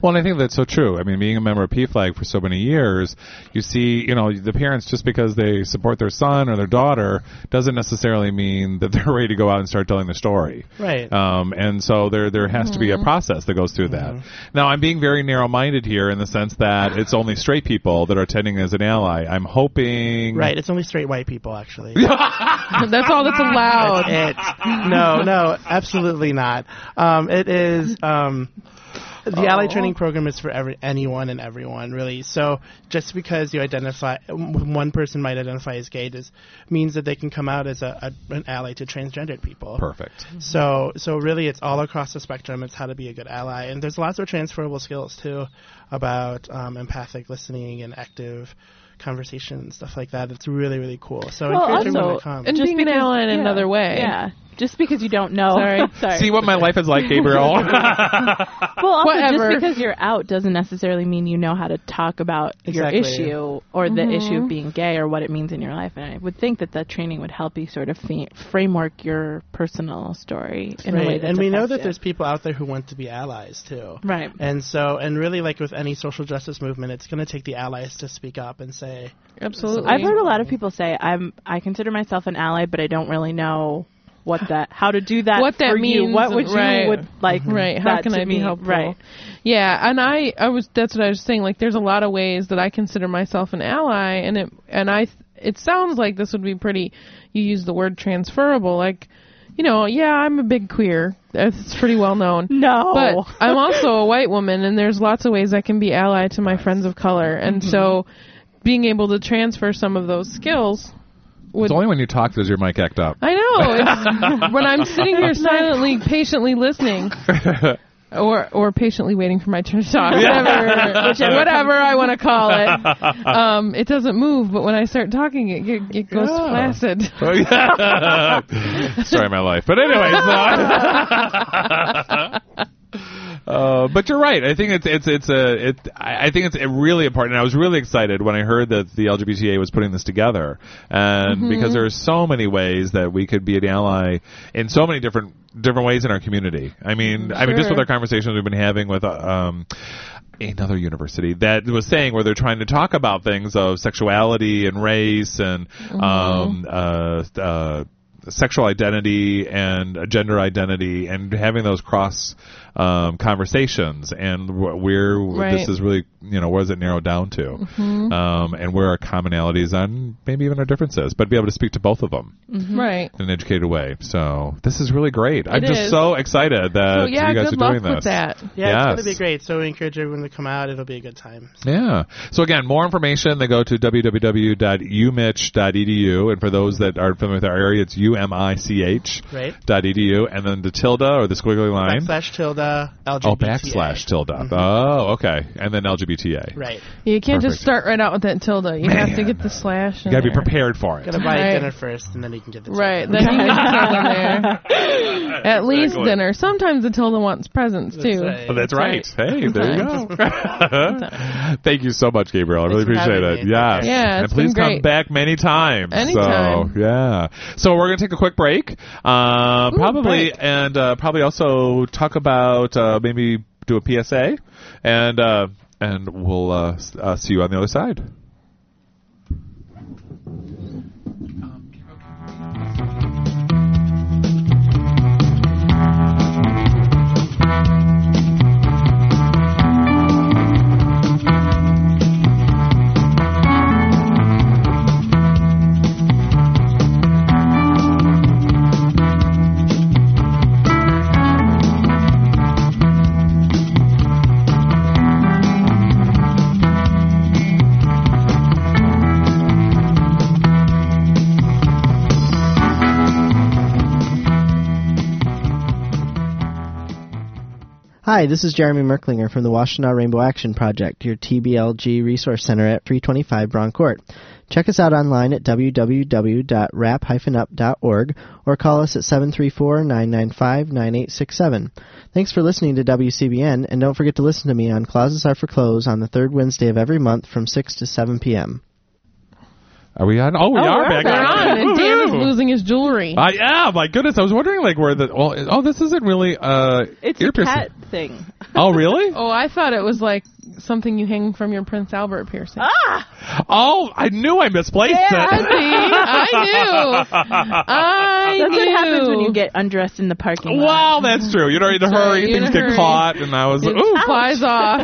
G: Well, and I think that's so true. I mean, being a member of P Flag for so many years, you see, you know, the parents just because they support their son or their daughter doesn't necessarily mean that they're ready to go out and start telling their story.
I: Right.
G: Um, and so there there has to be a process that goes through that.
I: Mm-hmm.
G: Now, I'm being very narrow minded here in the sense that it's only straight people that are attending as an ally. I'm hoping.
I: Right, it's only straight white people, actually.
F: that's all that's allowed.
I: no, no, absolutely not. Um, it is um, the ally training program is for every anyone and everyone, really. So just because you identify, m- one person might identify as gay, does means that they can come out as a, a an ally to transgendered people.
G: Perfect.
I: So, so really, it's all across the spectrum. It's how to be a good ally, and there's lots of transferable skills too, about um, empathic listening and active conversation and stuff like that. It's really, really cool. So, I
H: Well,
I: encourage everyone
H: also,
I: to come.
F: And being an ally in
H: yeah.
F: another way.
H: Yeah. Just because you don't know.
F: Sorry.
H: Sorry.
G: See what my life is like, Gabriel.
H: well, also,
F: Whatever.
H: just because you're out doesn't necessarily mean you know how to talk about
I: Exactly.
H: your issue or the issue of being gay or what it means in your life. And I would think that that training would help you sort of fa- framework your personal story in a way
I: Right.
H: that's
I: and we know that
H: effective.
I: there's people out there who want to be allies too.
H: Right.
I: And so, and really, like with any social justice movement, it's going to take the allies to speak up and say,
F: Absolutely.
H: I've heard a lot of people say I'm I consider myself an ally, but I don't really know what that how to do that
F: What that
H: for you.
F: means,
H: What would you
F: right.
H: would like
F: right how
H: that
F: can
H: to
F: i be
H: mean?
F: helpful
H: Right.
F: yeah and i i was that's what i was saying like there's a lot of ways that i consider myself an ally and it and i it sounds like this would be pretty you use the word transferable like you know yeah i'm a big queer that's pretty well known
H: No.
F: but uh, I'm also a white woman, and there's lots of ways I can be ally to my friends of color, and
H: Mm-hmm.
F: so being able to transfer some of those skills would
G: it's only when you talk does your mic act up.
F: I know. It's, when I'm sitting here silently, patiently listening, or or patiently waiting for my turn to talk, whatever, whatever I want to call it, um, it doesn't move. But when I start talking, it it, it goes flaccid.
G: Sorry, my life. But anyways. uh, Uh, but you're right. I think it's it's it's a it. I I think it's really important. And I was really excited when I heard that the LGBTA was putting this together, and because there are so many ways that we could be an ally in so many different different ways in our community. I mean, I mean, just with
F: Sure.
G: our conversations we've been having with uh, um, another university that was saying where they're trying to talk about things of sexuality and race and um, uh, uh, sexual identity and uh, gender identity and having those cross um, conversations and wh- where
F: Right.
G: this is really you know what does it narrow down to um, and where our commonalities and maybe even our differences but be able to speak to both of them
F: Mm-hmm. Right.
G: in an educated way so this is really great i'm
F: It
G: just
F: is.
G: uh, so excited that
F: So yeah,
G: you guys
F: good
G: are
F: luck
G: doing this
F: with that.
I: Yeah, it's going to be
G: Yes.
I: great. So we encourage everyone to come out. It'll be a good time.
G: Yeah. So again, more information, they go to www.umich.edu. e And for those that aren't familiar with our area, it's U-M-I-C-H
I: Right.
G: dot edu. And then the tilde or the squiggly line.
I: Backslash tilde LGBT.
G: Oh, backslash tilde.
F: Mm-hmm.
G: Oh, okay. And then LGBTA.
I: Right.
F: You can't just
G: Perfect.
F: start right out with that tilde. You have to
G: Man.
F: get the slash.
G: You got to be
F: in there.
G: prepared for it.
I: Gotta buy
F: Right.
I: dinner first, and then you can get the tilde.
F: Right. Then you get the tilde there. At least
G: Exactly.
F: dinner. Sometimes the tilde wants presents too.
I: That's
G: Oh,
I: right.
G: that's right. Hey, there you go. Thank you so much, Gabriel. I really
I: Thanks for
G: appreciate
I: having
G: it.
I: me.
G: Yes.
F: Yeah,
G: and
F: it's
G: please
F: been
G: come
F: great.
G: back many times.
F: Anytime.
G: So, yeah. So we're gonna take a quick break, uh, probably,
F: break.
G: and uh, probably also talk about uh, maybe do a PSA, and uh, and we'll uh, s- uh, see you on the other side.
J: Hi, this is Jeremy Merklinger from the Washtenaw Rainbow Action Project, your TBLG Resource Center at 325 Broncourt. Check us out online at www.rap-up.org or call us at 734-995-9867. Thanks for listening to WCBN, and don't forget to listen to me on Closets Are for Clothes on the third Wednesday of every month from 6 to 7 p.m.
G: Are we on? Oh, we
F: Oh,
G: are
F: we're
G: back
F: on. And Dan is losing his jewelry.
G: Uh, yeah, my goodness. I was wondering, like, where the oh, oh this isn't really uh,
H: It's
G: ear
H: a
G: piercing.
H: cat thing.
G: Oh, really?
F: Oh, I thought it was like something you hang from your Prince Albert piercing.
G: Ah! Oh, I knew I misplaced
F: I
G: it.
F: see. I knew. I
H: That's
F: knew.
H: what happens when you get undressed in the parking lot.
G: Wow, that's true. You're in a hurry.
F: right, you're in
G: Things
F: a
G: get
F: hurry.
G: caught, and I was like,
F: It
G: ooh.
F: flies off.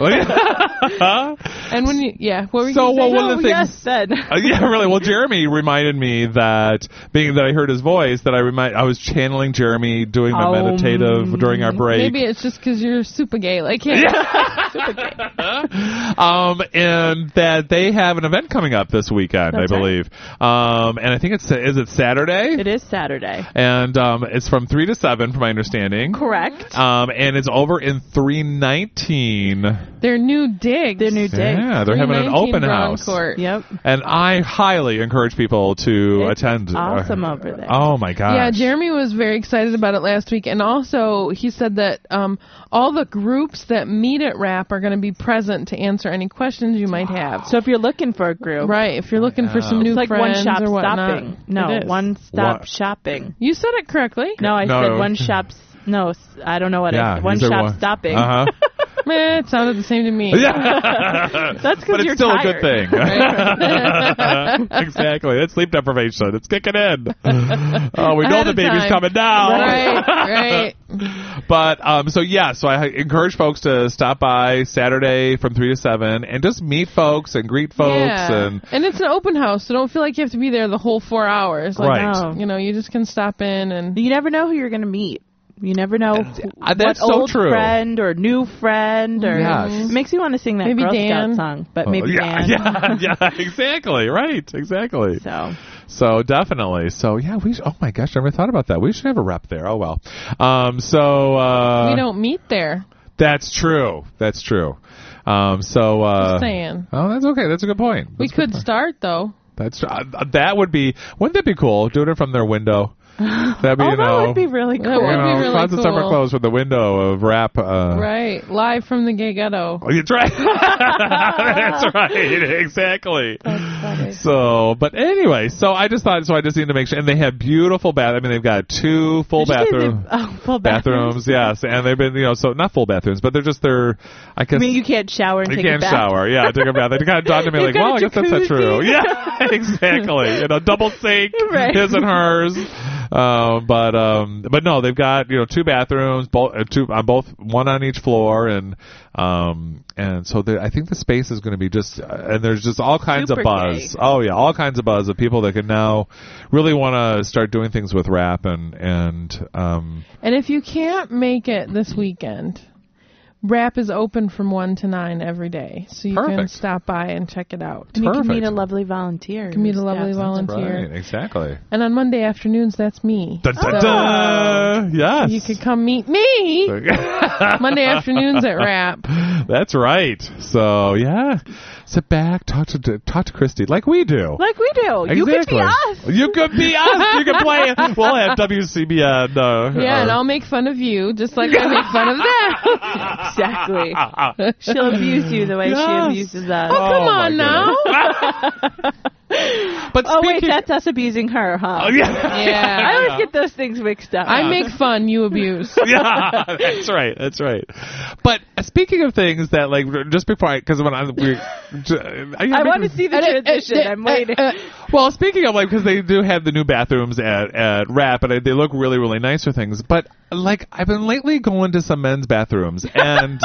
F: And when you, yeah, what were you
G: So,
F: gonna
G: well,
F: say?
G: one of the
H: Oh,
G: things-
H: yes, then.
G: Uh, yeah, really. Well, Jeremy reminded me that being that I heard his voice, that I remind I was channeling Jeremy doing my
H: Oh,
G: meditative during our break.
F: Maybe it's just because you're super gay like him.
G: um, and that they have an event coming up this weekend,
H: That's
G: I
H: right.
G: believe. Um, and I think it's is it Saturday,
H: It is Saturday.
G: and um, it's from three to seven, from my understanding.
H: Correct.
G: Um, and it's over in three nineteen.
F: Their new digs.
H: Their new dig.
G: Yeah, they're having an
F: 319
G: open
F: Brown
G: house.
F: Court.
H: Yep.
G: And I highly encourage people to
H: It's
G: attend. uh,
H: awesome over there.
G: Oh my god.
F: Yeah, Jeremy was very excited about it last week, and also he said that um, all the groups that meet at RAP are going to be present to answer any questions you might have.
H: So if you're looking for a group,
F: Right, if you're looking for some new
H: it's like one
F: friends
H: shop
F: or whatnot.
H: stopping. No,
F: It is.
H: one stop
G: What?
H: shopping.
F: You said it correctly.
H: No, I
G: No.
H: said one shop's. No, s- I don't know what I
G: Yeah,
H: said. One
G: he's a
H: shop
G: wa-
H: stopping.
G: Uh-huh.
F: Meh, it sounded the same to me.
G: Yeah.
H: That's because
G: but it's
H: you're
G: still
H: tired.
G: a good thing. exactly. That's sleep deprivation. It's kicking in. Oh, we know
F: Ahead
G: the
F: of
G: baby's
F: time.
G: coming down.
F: Right, right.
G: But um, so yeah, so I encourage folks to stop by Saturday from three to seven and just meet folks and greet folks
F: yeah.
G: and
F: it's an open house, so don't feel like you have to be there the whole four hours. Like,
G: Right.
H: No.
F: You know, you just can stop in and
H: You never know who you're going to meet. You never know who-
G: uh, that's
H: what
G: so
H: old
G: true.
H: friend or new friend or
G: Yes. Oh,
H: it makes me want to sing that
F: Maybe
H: Girl
F: Dan.
H: Scout song, but maybe
G: yeah,
H: Dan.
G: yeah, yeah, exactly, right, exactly.
H: So
G: So definitely. So yeah, we. Sh- oh my gosh, I never thought about that. We should have a rep there. Oh well. Um. So uh,
F: we don't meet there.
G: That's true. That's true. Um. So uh.
F: Just saying.
G: Oh, that's okay. That's a good point.
F: We
G: That's a good
F: could
G: point.
F: start though.
G: That's tr- uh, that would be. Wouldn't that be cool? Doing it from their window. That'd be
H: oh,
G: you
H: that
G: know.
H: would be really
F: That
H: cool.
F: would
G: you know,
F: be really
G: closets
F: cool.
G: are closed with the window of rap. Uh,
F: Right, live from the gay ghetto.
G: Oh, That's right. That's right. Exactly. So, but anyway, so I just thought, so I just need to make sure. And they have beautiful bath. I mean, they've got two full
H: Did you say
G: bathroom
H: they- oh, full
G: bathrooms. Yes, and they've been, you know, so not full bathrooms, but they're just their. I guess
H: I mean, you can't shower and
G: you
H: take a
G: can't
H: bath.
G: shower. Yeah, take a bath. It kind of dawned on me
H: They've
G: like,
H: got
G: well,
H: a
G: I guess that's not
H: jacuzzi.
G: true. Yeah, exactly. You know, double sink,
H: Right.
G: his and hers. Uh, but um, but no, they've got you know two bathrooms, both uh, two on both one on each floor, and um, and so the, I think the space is going to be just uh, and there's just all kinds
F: Super
G: of buzz.
F: gay.
G: Oh yeah, all kinds of buzz of people that can now really want to start doing things with rap and and um,
F: And if you can't make it this weekend, rap is open from 1 to 9 every day. So you can
G: Perfect.
F: stop by and check it out.
H: And you can meet
G: Perfect.
H: a lovely volunteer.
F: can meet a
H: who
F: lovely
H: steps in.
F: volunteer.
G: right exactly.
H: Oh.
F: And on Monday afternoons, that's me.
G: Dun, dun,
F: So
G: dun. Yes.
F: You could come meet me Monday afternoons at rap.
G: That's right. So yeah, sit back, talk to talk to Christy like we do.
H: Like we do. You could be us.
G: You could be us. You could play. We'll have WCBN. Uh,
F: Yeah, and
G: or-
F: I'll make fun of you just like I make fun of them.
H: Exactly. She'll abuse you the way
G: Yes.
H: she abuses us.
G: Oh,
F: Come
G: my
F: on now.
G: goodness. But
H: Oh, wait,
G: speaking.
H: that's us abusing her, huh?
G: Oh, yeah.
H: I
F: Yeah.
H: always get those things mixed up.
F: I make fun, you abuse.
G: yeah, that's right. That's right. But speaking of things that, like, just before I, because when I, we, I,
H: I want to see the transition. I'm waiting.
G: Well, speaking of like, because they do have the new bathrooms at at Rap, and I, they look really really nice for things. But like, I've been lately going to some men's bathrooms, and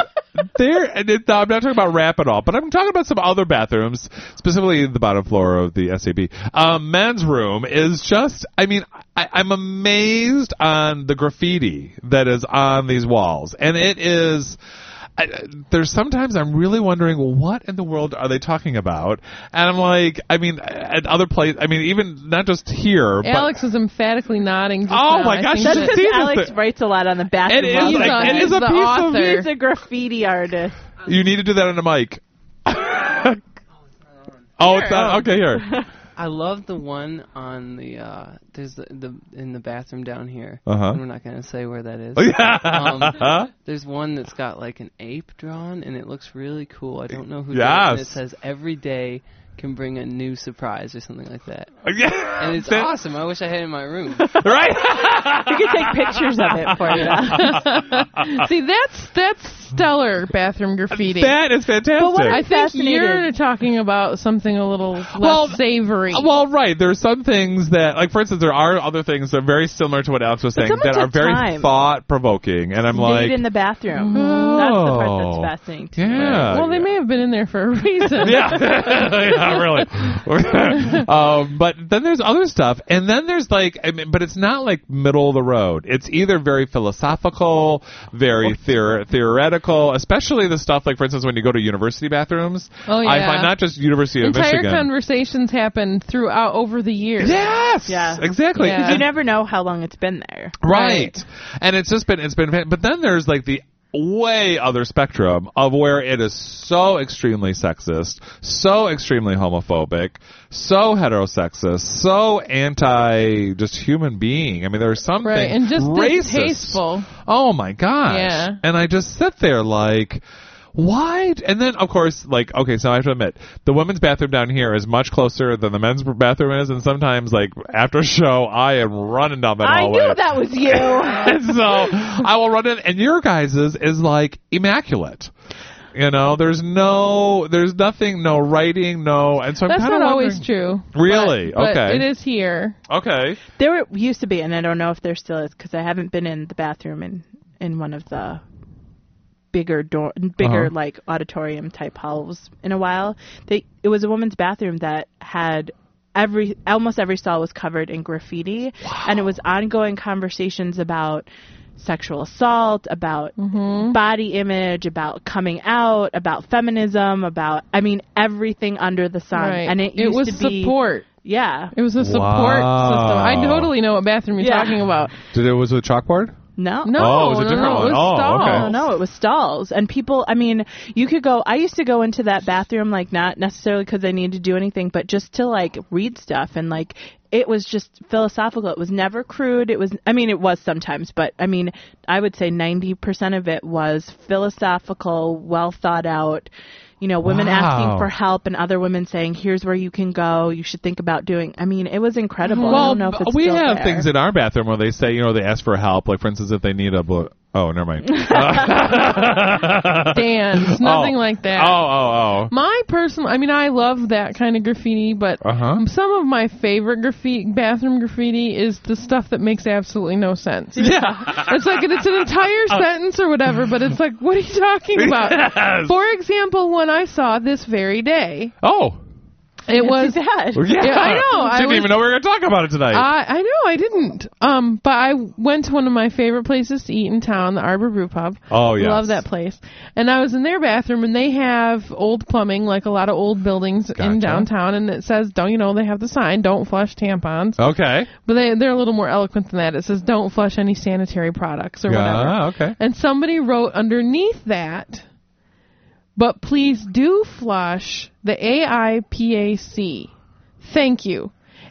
G: there, and it, I'm not talking about Rap at all, but I'm talking about some other bathrooms, specifically the bottom floor of the SAB. Um, men's room is just, I mean, I, I'm amazed on the graffiti that is on these walls, and it is. I- I, there's sometimes I'm really wondering what in the world are they talking about, and I'm like, I mean, at other place, I mean, even not just here,
F: Alex is emphatically nodding. Just
G: Oh
F: now.
G: my
F: I
G: gosh,
F: think
G: that's
H: That's
F: that-
G: see
H: because
G: this
H: Alex
G: thing.
H: writes a lot on the back.
G: It is
F: He's
G: like-
F: on-
G: it is
F: he's
G: a
F: the
G: piece of-
F: author.
H: He's a graffiti artist.
G: but you need to do that on a mic. oh, it's not okay here.
K: I love the one on the uh there's the, the in the bathroom down here.
G: Uh-huh.
K: And we're not gonna say where that is.
G: yeah.
K: There's one that's got like an ape drawn and it looks really cool. I don't know who did it. And
G: Yes.
K: it says every day can bring a new surprise or something like that.
G: yeah.
K: And it's
G: That-
K: awesome. I wish I had it in my room.
G: Right?
H: We could take pictures of it for you.
F: See, that's that's stellar bathroom graffiti.
G: that is fantastic.
F: I think
H: fascinated.
F: you're talking about something a little less
G: Well, uh,
F: savory.
G: Well, right. There are some things that, like, for instance, there are other things that are very similar to what Alex was saying
H: someone
G: that are
H: took
G: very
H: time.
G: thought provoking. And I'm
H: Nude
G: like,
H: in the bathroom.
G: Oh.
H: That's the part that's fascinating. to me.
G: yeah.
F: Well, they may have been in there for a reason.
G: yeah, yeah, really. um, but then there's other stuff, and then there's like, I mean, but it's not like middle of the road. It's either very philosophical, very theor- theoretical, especially the stuff like, for instance, when you go to university bathrooms.
F: Oh,
G: I
F: yeah.
G: find not just University of
F: Entire
G: Michigan.
F: conversations happen throughout over the years.
G: yes,
H: Yeah.
G: exactly.
F: Yeah.
H: 'Cause You never know how long it's been there.
G: Right. And it's just been it's been but then there's like the way other spectrum of where it is so extremely sexist, so extremely homophobic, so heterosexist, so anti just human being. I mean there's something
F: Right, and just
G: racist.
F: distasteful.
G: Oh my gosh.
F: Yeah.
G: And I just sit there like why? d- And then, of course, like, okay, so I have to admit, the women's bathroom down here is much closer than the men's bathroom is, and sometimes, like, after a show, I am running down that
H: I
G: hallway.
H: knew that was you.
G: And so I will run in, and your guys's is like immaculate. You know, there's no, there's nothing, no writing, no, and so I'm
F: That's
G: kind
F: not
G: of
F: always true.
G: Really?
F: But- but
G: Okay.
F: It is here.
G: Okay,
H: There were, used to be, and I don't know if there still is because I haven't been in the bathroom in in one of the bigger door, bigger
G: Uh-huh.
H: like auditorium type halls in a while. They it was a woman's bathroom that had every almost every stall was covered in graffiti, and it was ongoing conversations about sexual assault, about
F: Mm-hmm.
H: body image, about coming out, about feminism, about I mean everything under the sun,
F: right.
H: Um, and it used
F: was
H: to be
F: support.
H: yeah
F: It was a support
G: Wow.
F: system. I totally know what bathroom you're
H: Yeah.
F: talking about.
G: did it was it a chalkboard?
H: no
F: No,
G: Oh, it was a
F: no, no,
G: different
F: it
G: one.
F: was
G: Oh, okay.
F: stalls.
H: No, no, it was stalls. And people, I mean, you could go, I used to go into that bathroom, like, not necessarily because I needed to do anything, but just to, like, read stuff. And, like, it was just philosophical. It was never crude. It was, I mean, it was sometimes, but I mean, I would say 90% of it was philosophical, well thought out. You know, women
G: Wow.
H: asking for help and other women saying, "Here's where you can go. You should think about doing." I mean, it was incredible. I
G: Well,
H: don't know if it's
G: we
H: still
G: have
H: there.
G: things in our bathroom where they say, you know, they ask for help. Like, for instance, if they need a, bl- Oh, never mind. Dance,
F: It's nothing like that.
G: Oh, oh, oh.
F: My personal, I mean, I love that kind of graffiti, but
G: Uh-huh.
F: some of my favorite graffiti, bathroom graffiti, is the stuff that makes absolutely no sense.
G: Yeah.
F: it's like it's an entire
G: Oh.
F: sentence or whatever, but it's like, what are you talking about?
G: Yes.
F: For example, one I saw this very day,
G: Oh.
F: it was
H: Dad.
G: Yeah.
F: Yeah, I know. I
G: Didn't
F: was-
G: even know we were going to talk about it tonight.
F: I, I know I didn't. Um, but I went to one of my favorite places to eat in town, the Arbor Brew Pub.
G: Oh, yes.
F: love that place. And I was in their bathroom, and they have old plumbing, like a lot of old buildings
G: Gotcha.
F: in downtown, and it says, "Don't you know they have the sign? Don't flush tampons."
G: okay.
F: But they they're a little more eloquent than that. It says, "Don't flush any sanitary products or whatever."
G: Ah, okay.
F: And somebody wrote underneath that, but please do flush the AIPAC. Thank you.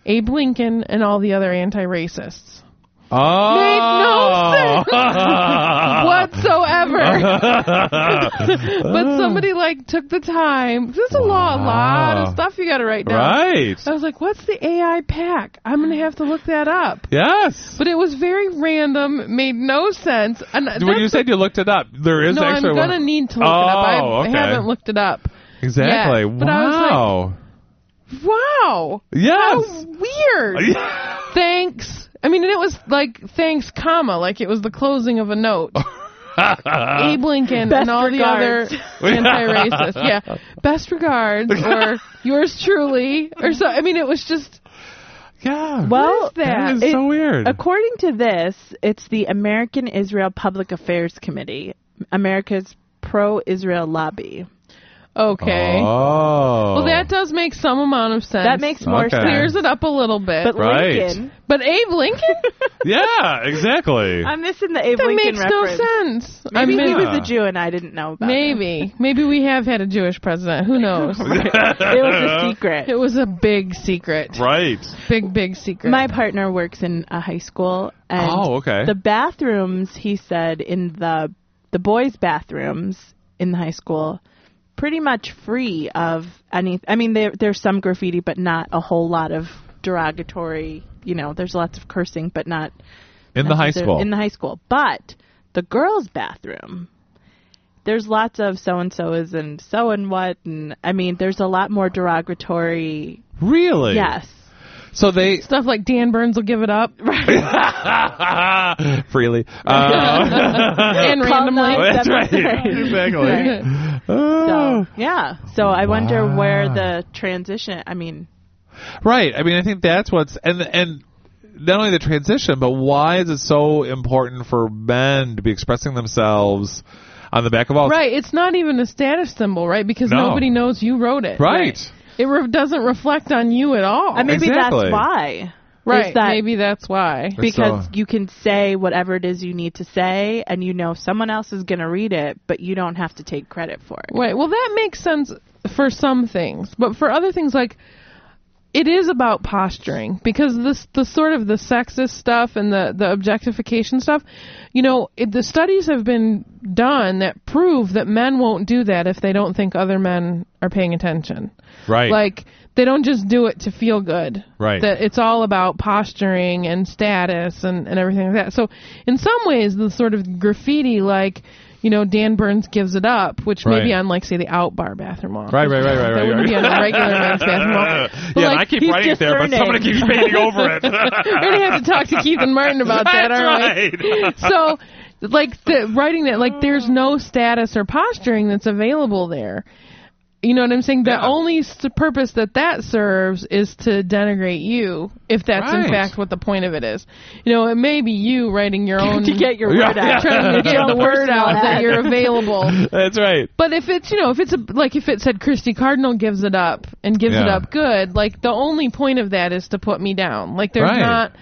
F: Abe Lincoln and all the other anti racists.
G: Oh.
F: Made
G: Uh-huh.
F: Whatsoever. but somebody like took the time. There's a lot, lot
G: Wow.
F: of stuff you got to write down.
G: Right.
F: I was like, what's the AI pack? I'm going to have to look that up.
G: Yes.
F: But it was very random, it made no sense. And
G: when
F: that's
G: you
F: the
G: said you looked it up, there is
F: no, I'm
G: actually
F: gonna
G: one.
F: need to look it up. I
G: Oh, okay.
F: haven't looked it up.
G: exactly.
F: yet, but I was like-
G: wow.
F: Wow.
G: yes.
F: How weird. thanks. I mean, and it was like thanks, comma, like it was the closing of a note. Abe
H: Uh-huh.
F: Lincoln
H: Best
F: and all
H: regards.
F: the other anti-racists. Yeah, best regards or yours truly or so. I mean, it was just
G: yeah.
H: Well,
G: that is
H: it-
G: so weird.
H: According to this, it's the American Israel Public Affairs Committee, America's pro-Israel lobby.
F: okay.
G: Oh.
F: Well, that does make some amount of sense.
H: That makes more
G: Okay.
H: sense.
F: clears it up a little bit.
H: But
F: But,
G: Right.
H: Lincoln,
F: Abe Lincoln
G: yeah, exactly.
H: I'm missing the Abe
F: that
H: Lincoln
F: makes
H: reference.
F: no sense. I
H: Maybe
F: mean,
H: he was
G: Yeah.
H: a Jew and I didn't know about it.
F: Maybe. Maybe we have had a Jewish president. Who knows?
H: It was a secret.
F: it was a big secret.
G: right.
F: Big, big secret.
H: My partner works in a high school, and
G: Oh, okay.
H: the bathrooms he said in the the boys' bathrooms in the high school, pretty much free of any. I mean, there there's some graffiti, but not a whole lot of derogatory. You know, there's lots of cursing, but not
G: In the high
H: necessar-
G: school.
H: In the high school, but the girls' bathroom. There's lots of so and so is and so and what and I mean there's a lot more derogatory.
G: really?
H: Yes,
G: So they
F: Stuff like Dan Burns will give it up.
G: freely. Uh,
F: and randomly.
H: nine-
G: Oh, that's right.
H: Seven.
G: Exactly.
H: So,
G: Oh.
H: yeah. So I wonder
G: Wow.
H: where the transition. I mean,
G: Right. I mean, I think that's what's and and not only the transition, but why is it so important for men to be expressing themselves on the back of all?
F: Right. It's not even a status symbol, right? Because
G: No.
F: nobody knows you wrote it.
G: Right.
F: It re- doesn't reflect on you at all.
H: I maybe
G: exactly.
H: that's why.
F: right.
H: Is that
F: Maybe that's why.
H: because
G: So-
H: you can say whatever it is you need to say, and you know someone else is going to read it, but you don't have to take credit for it.
F: Right. Well, that makes sense for some things, but for other things, like it is about posturing because this the sort of the sexist stuff and the the objectification stuff. You know, it, the studies have been done that prove that men won't do that if they don't think other men are paying attention.
G: Right.
F: Like they don't just do it to feel good.
G: Right.
F: That it's all about posturing and status and, and everything like that. So in some ways the sort of graffiti like you know, Dan Burns gives it up, which may be
G: Right.
F: on like say the out bar bathroom wall.
G: Right, right, right, right,
F: That
G: right,
F: wouldn't
G: right.
F: be on the regular men's bathroom wall. But,
G: yeah,
F: like,
G: and I keep
H: he's
G: writing it there, but
H: discerning.
G: somebody keeps painting over it. That's
F: we already had to talk to Keith and Martin about that, aren't we?
G: right.
F: so like the writing that like there's no status or posturing that's available there you know what i'm saying the
G: Yeah.
F: only s- purpose that that serves is to denigrate you if that's
G: Right.
F: in fact what the point of it is you know it may be you writing your own
H: To get your
G: Yeah.
H: word out.
F: trying to get
H: own
F: the word
H: personal
F: out that
H: ad.
F: you're available
G: That's right.
F: but if it's you know if it's a, like if it said Christy Cardinal gives it up and gives it
G: Yeah.
F: up good, like the only point of that is to put me down. Like there's
G: Right.
F: not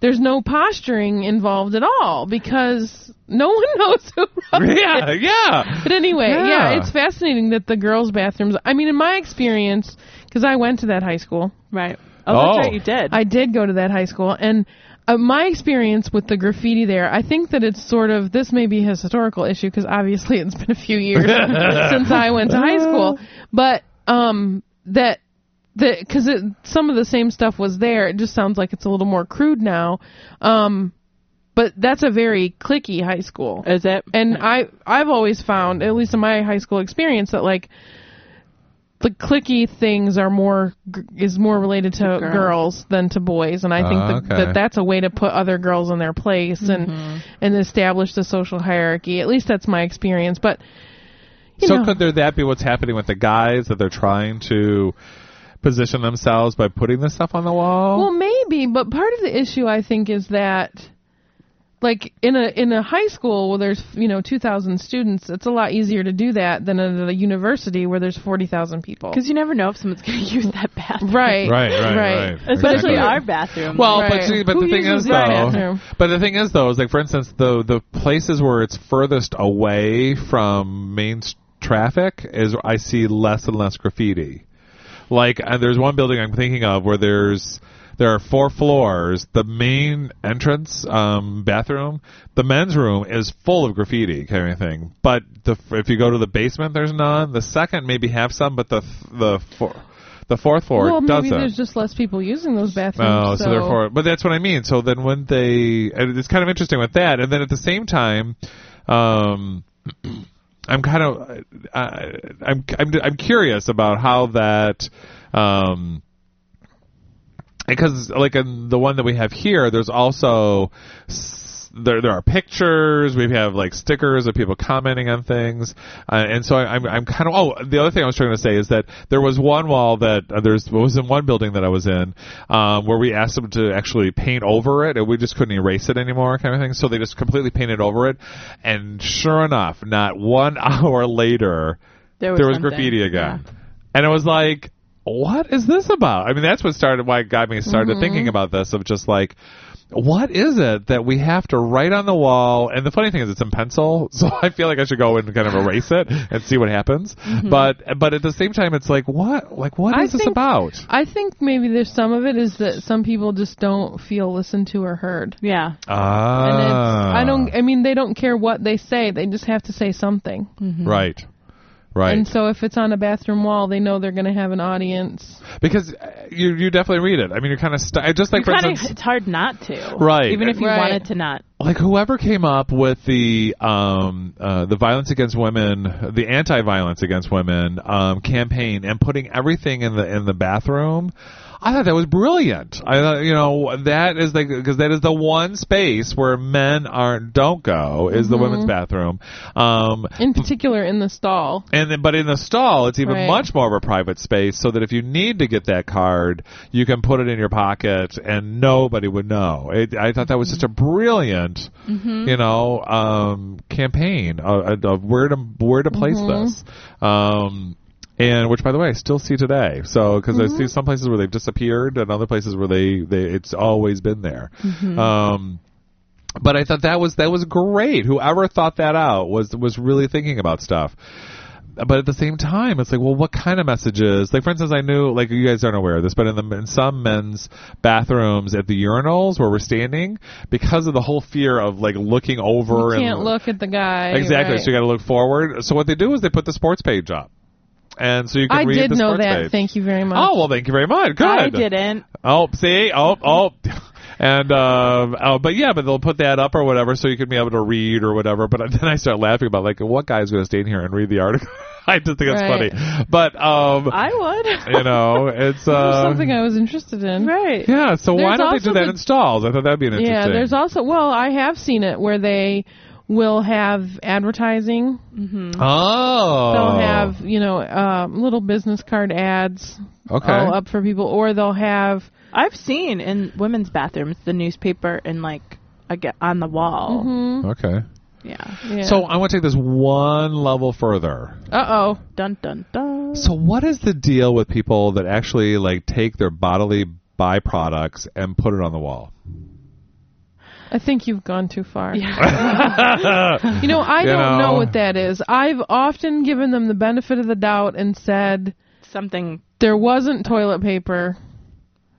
F: there's no posturing involved at all because no one knows who wrote it.
G: Yeah, yeah.
F: But anyway, yeah.
G: Yeah.
F: it's fascinating that the girls' bathrooms. I mean, in my experience, because I went to that high school,
H: Right. Oh,
G: Oh.
H: that's right. You did.
F: I did go to that high school, and uh, my experience with the graffiti there, I think that it's sort of this may be a historical issue because obviously it's been a few years since I went to high school, but um, that that because some of the same stuff was there. It just sounds like it's a little more crude now. Um, But that's a very clicky high school.
H: Is it?
F: And I I've always found, at least in my high school experience, that like the clicky things are more g- is more related to girls. than to boys, and I think
G: Oh,
F: that,
G: okay.
F: that that's a way to put other girls in their place and and establish the social hierarchy. At least that's my experience. But you
G: so
F: know,
G: could there that be what's happening with the guys that they're trying to position themselves by putting this stuff on the wall?
F: Well, maybe, but part of the issue I think is that like in a in a high school where there's you know 2000 students, it's a lot easier to do that than at a university where there's 40,000 people.
H: Because you never know if someone's going to use that bathroom.
F: Right.
G: Right, right,
F: Right.
G: right.
H: Especially
G: Exactly.
H: our bathroom.
G: Well,
F: Right.
G: but see, but
F: Who
G: the thing
F: uses
G: is
F: that
G: though,
F: bathroom?
G: but the thing is though, is like for instance, the the places where it's furthest away from main s- traffic is I see less and less graffiti. Like uh, there's one building I'm thinking of where there's there are four floors. The main entrance, um, bathroom, the men's room is full of graffiti kind of thing. But the, f- if you go to the basement, there's none. The second maybe have some, but the th- the four, the fourth floor
F: well, maybe
G: doesn't.
F: there's just less people using those bathrooms.
G: Oh, so. therefore, but that's what I mean. So then, when they, and it's kind of interesting with that, and then at the same time, um, I'm kind of, I, I'm, I'm, I'm curious about how that, um, because like in the one that we have here, there's also s- there there are pictures. We have like stickers of people commenting on things, uh, and so I, I'm I'm kind of oh the other thing I was trying to say is that there was one wall that uh, there's what was in one building that I was in um, where we asked them to actually paint over it, and we just couldn't erase it anymore, kind of thing. So they just completely painted over it, and sure enough, not one hour later,
H: There
G: there
H: was
G: was,
H: something.
G: graffiti again, and it was like what is this about? I mean, that's what started why it got me started
F: Mm-hmm.
G: thinking about this of just like, what is it that we have to write on the wall? And the funny thing is, it's in pencil, so I feel like I should go and kind of erase it and see what happens. But but at the same time, it's like what like what is
F: Mm-hmm. I
G: this
F: think-
G: about?
F: I think maybe there's some of it is that some people just don't feel listened to or heard.
H: Yeah.
F: And it's,
G: Ah,
F: I don't I mean they don't care what they say, they just have to say something.
G: right. Right,
F: mm-hmm. And so if it's on a bathroom wall, they know they're going to have an audience.
G: because uh, you you definitely read it. I mean, you're kind of stu- just like
H: You
G: for
H: kinda-
G: instance,
H: it's hard not to.
G: Right.
H: Even if you
F: Right.
H: wanted to not.
G: like whoever came up with the um uh, the violence against women the anti-violence against women um campaign and putting everything in the in the bathroom I thought that was brilliant. I thought, you know, that is the because that is the one space where men aren't don't go is the women's bathroom. Um,
F: In particular in the stall.
G: and then, but in the stall, it's even
F: Right.
G: much more of a private space, so that if you need to get that card, you can put it in your pocket, and nobody would know. It, I thought that was such a brilliant, you know, um, campaign of, of where to where to place this. Um, and which, by the way, I still see today. So, because I see some places where they've disappeared, and other places where they, they it's always been there. Um, but I thought that was that was great. Whoever thought that out was was really thinking about stuff. But at the same time, it's like, well, what kind of messages? Like, for instance, I knew, like, you guys aren't aware of this, but in the in some men's bathrooms at the urinals where we're standing, because of the whole fear of like looking over
F: You
G: and
F: can't look at the guy.
G: exactly,
F: right.
G: so you got to look forward. So what they do is they put the sports page up, and so you can
F: I
G: read
F: did
G: the
F: know
G: sports
F: that.
G: page.
F: Thank you very much.
G: Oh well, thank you very much. Good.
H: I didn't.
G: Oh, see, oh, oh, and uh, oh, but yeah, but they'll put that up or whatever, so you can be able to read or whatever. But then I start laughing about like, what guy's going to stay in here and read the article? I just think it's
F: Right.
G: funny, but um,
H: I would.
G: you know, it's
F: It was
G: uh,
F: something I was interested in.
H: right.
G: yeah. So why
F: There's
G: don't they
F: also
G: do that
F: the-
G: in stalls? I thought that'd be an interesting.
F: Yeah, there's also well, I have seen it where they will have advertising.
G: oh,
F: They'll have you know um, little business card ads
G: okay.
F: all up for people, or they'll have
H: I've seen in women's bathrooms the newspaper and like aga on the wall.
G: Okay.
H: Mm-hmm. Yeah.
F: yeah.
G: So I want to take this one level further.
F: uh oh,
H: Dun dun dun.
G: So what is the deal with people that actually like take their bodily byproducts and put it on the wall?
F: I think you've gone too far.
G: you
F: You know, I
G: You
F: don't know
G: know.
F: what that is. I've often given them the benefit of the doubt and said
H: Something.
F: there wasn't toilet paper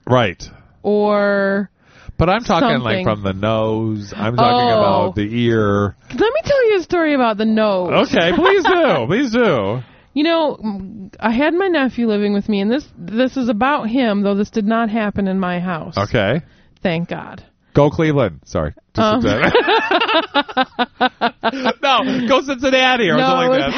G: Right.
F: or
G: But I'm talking
F: Something.
G: like from the nose. I'm talking
F: Oh.
G: about the ear.
F: let me tell you a story about the nose.
G: Okay, please do. Please do.
F: You know, mm, I had my nephew living with me and this this is about him, though this did not happen in my house.
G: Okay.
F: Thank God.
G: Go Cleveland. Sorry. Just
F: Um.
G: said that. no, go Cincinnati or
F: no,
G: something
F: it
G: like
F: was,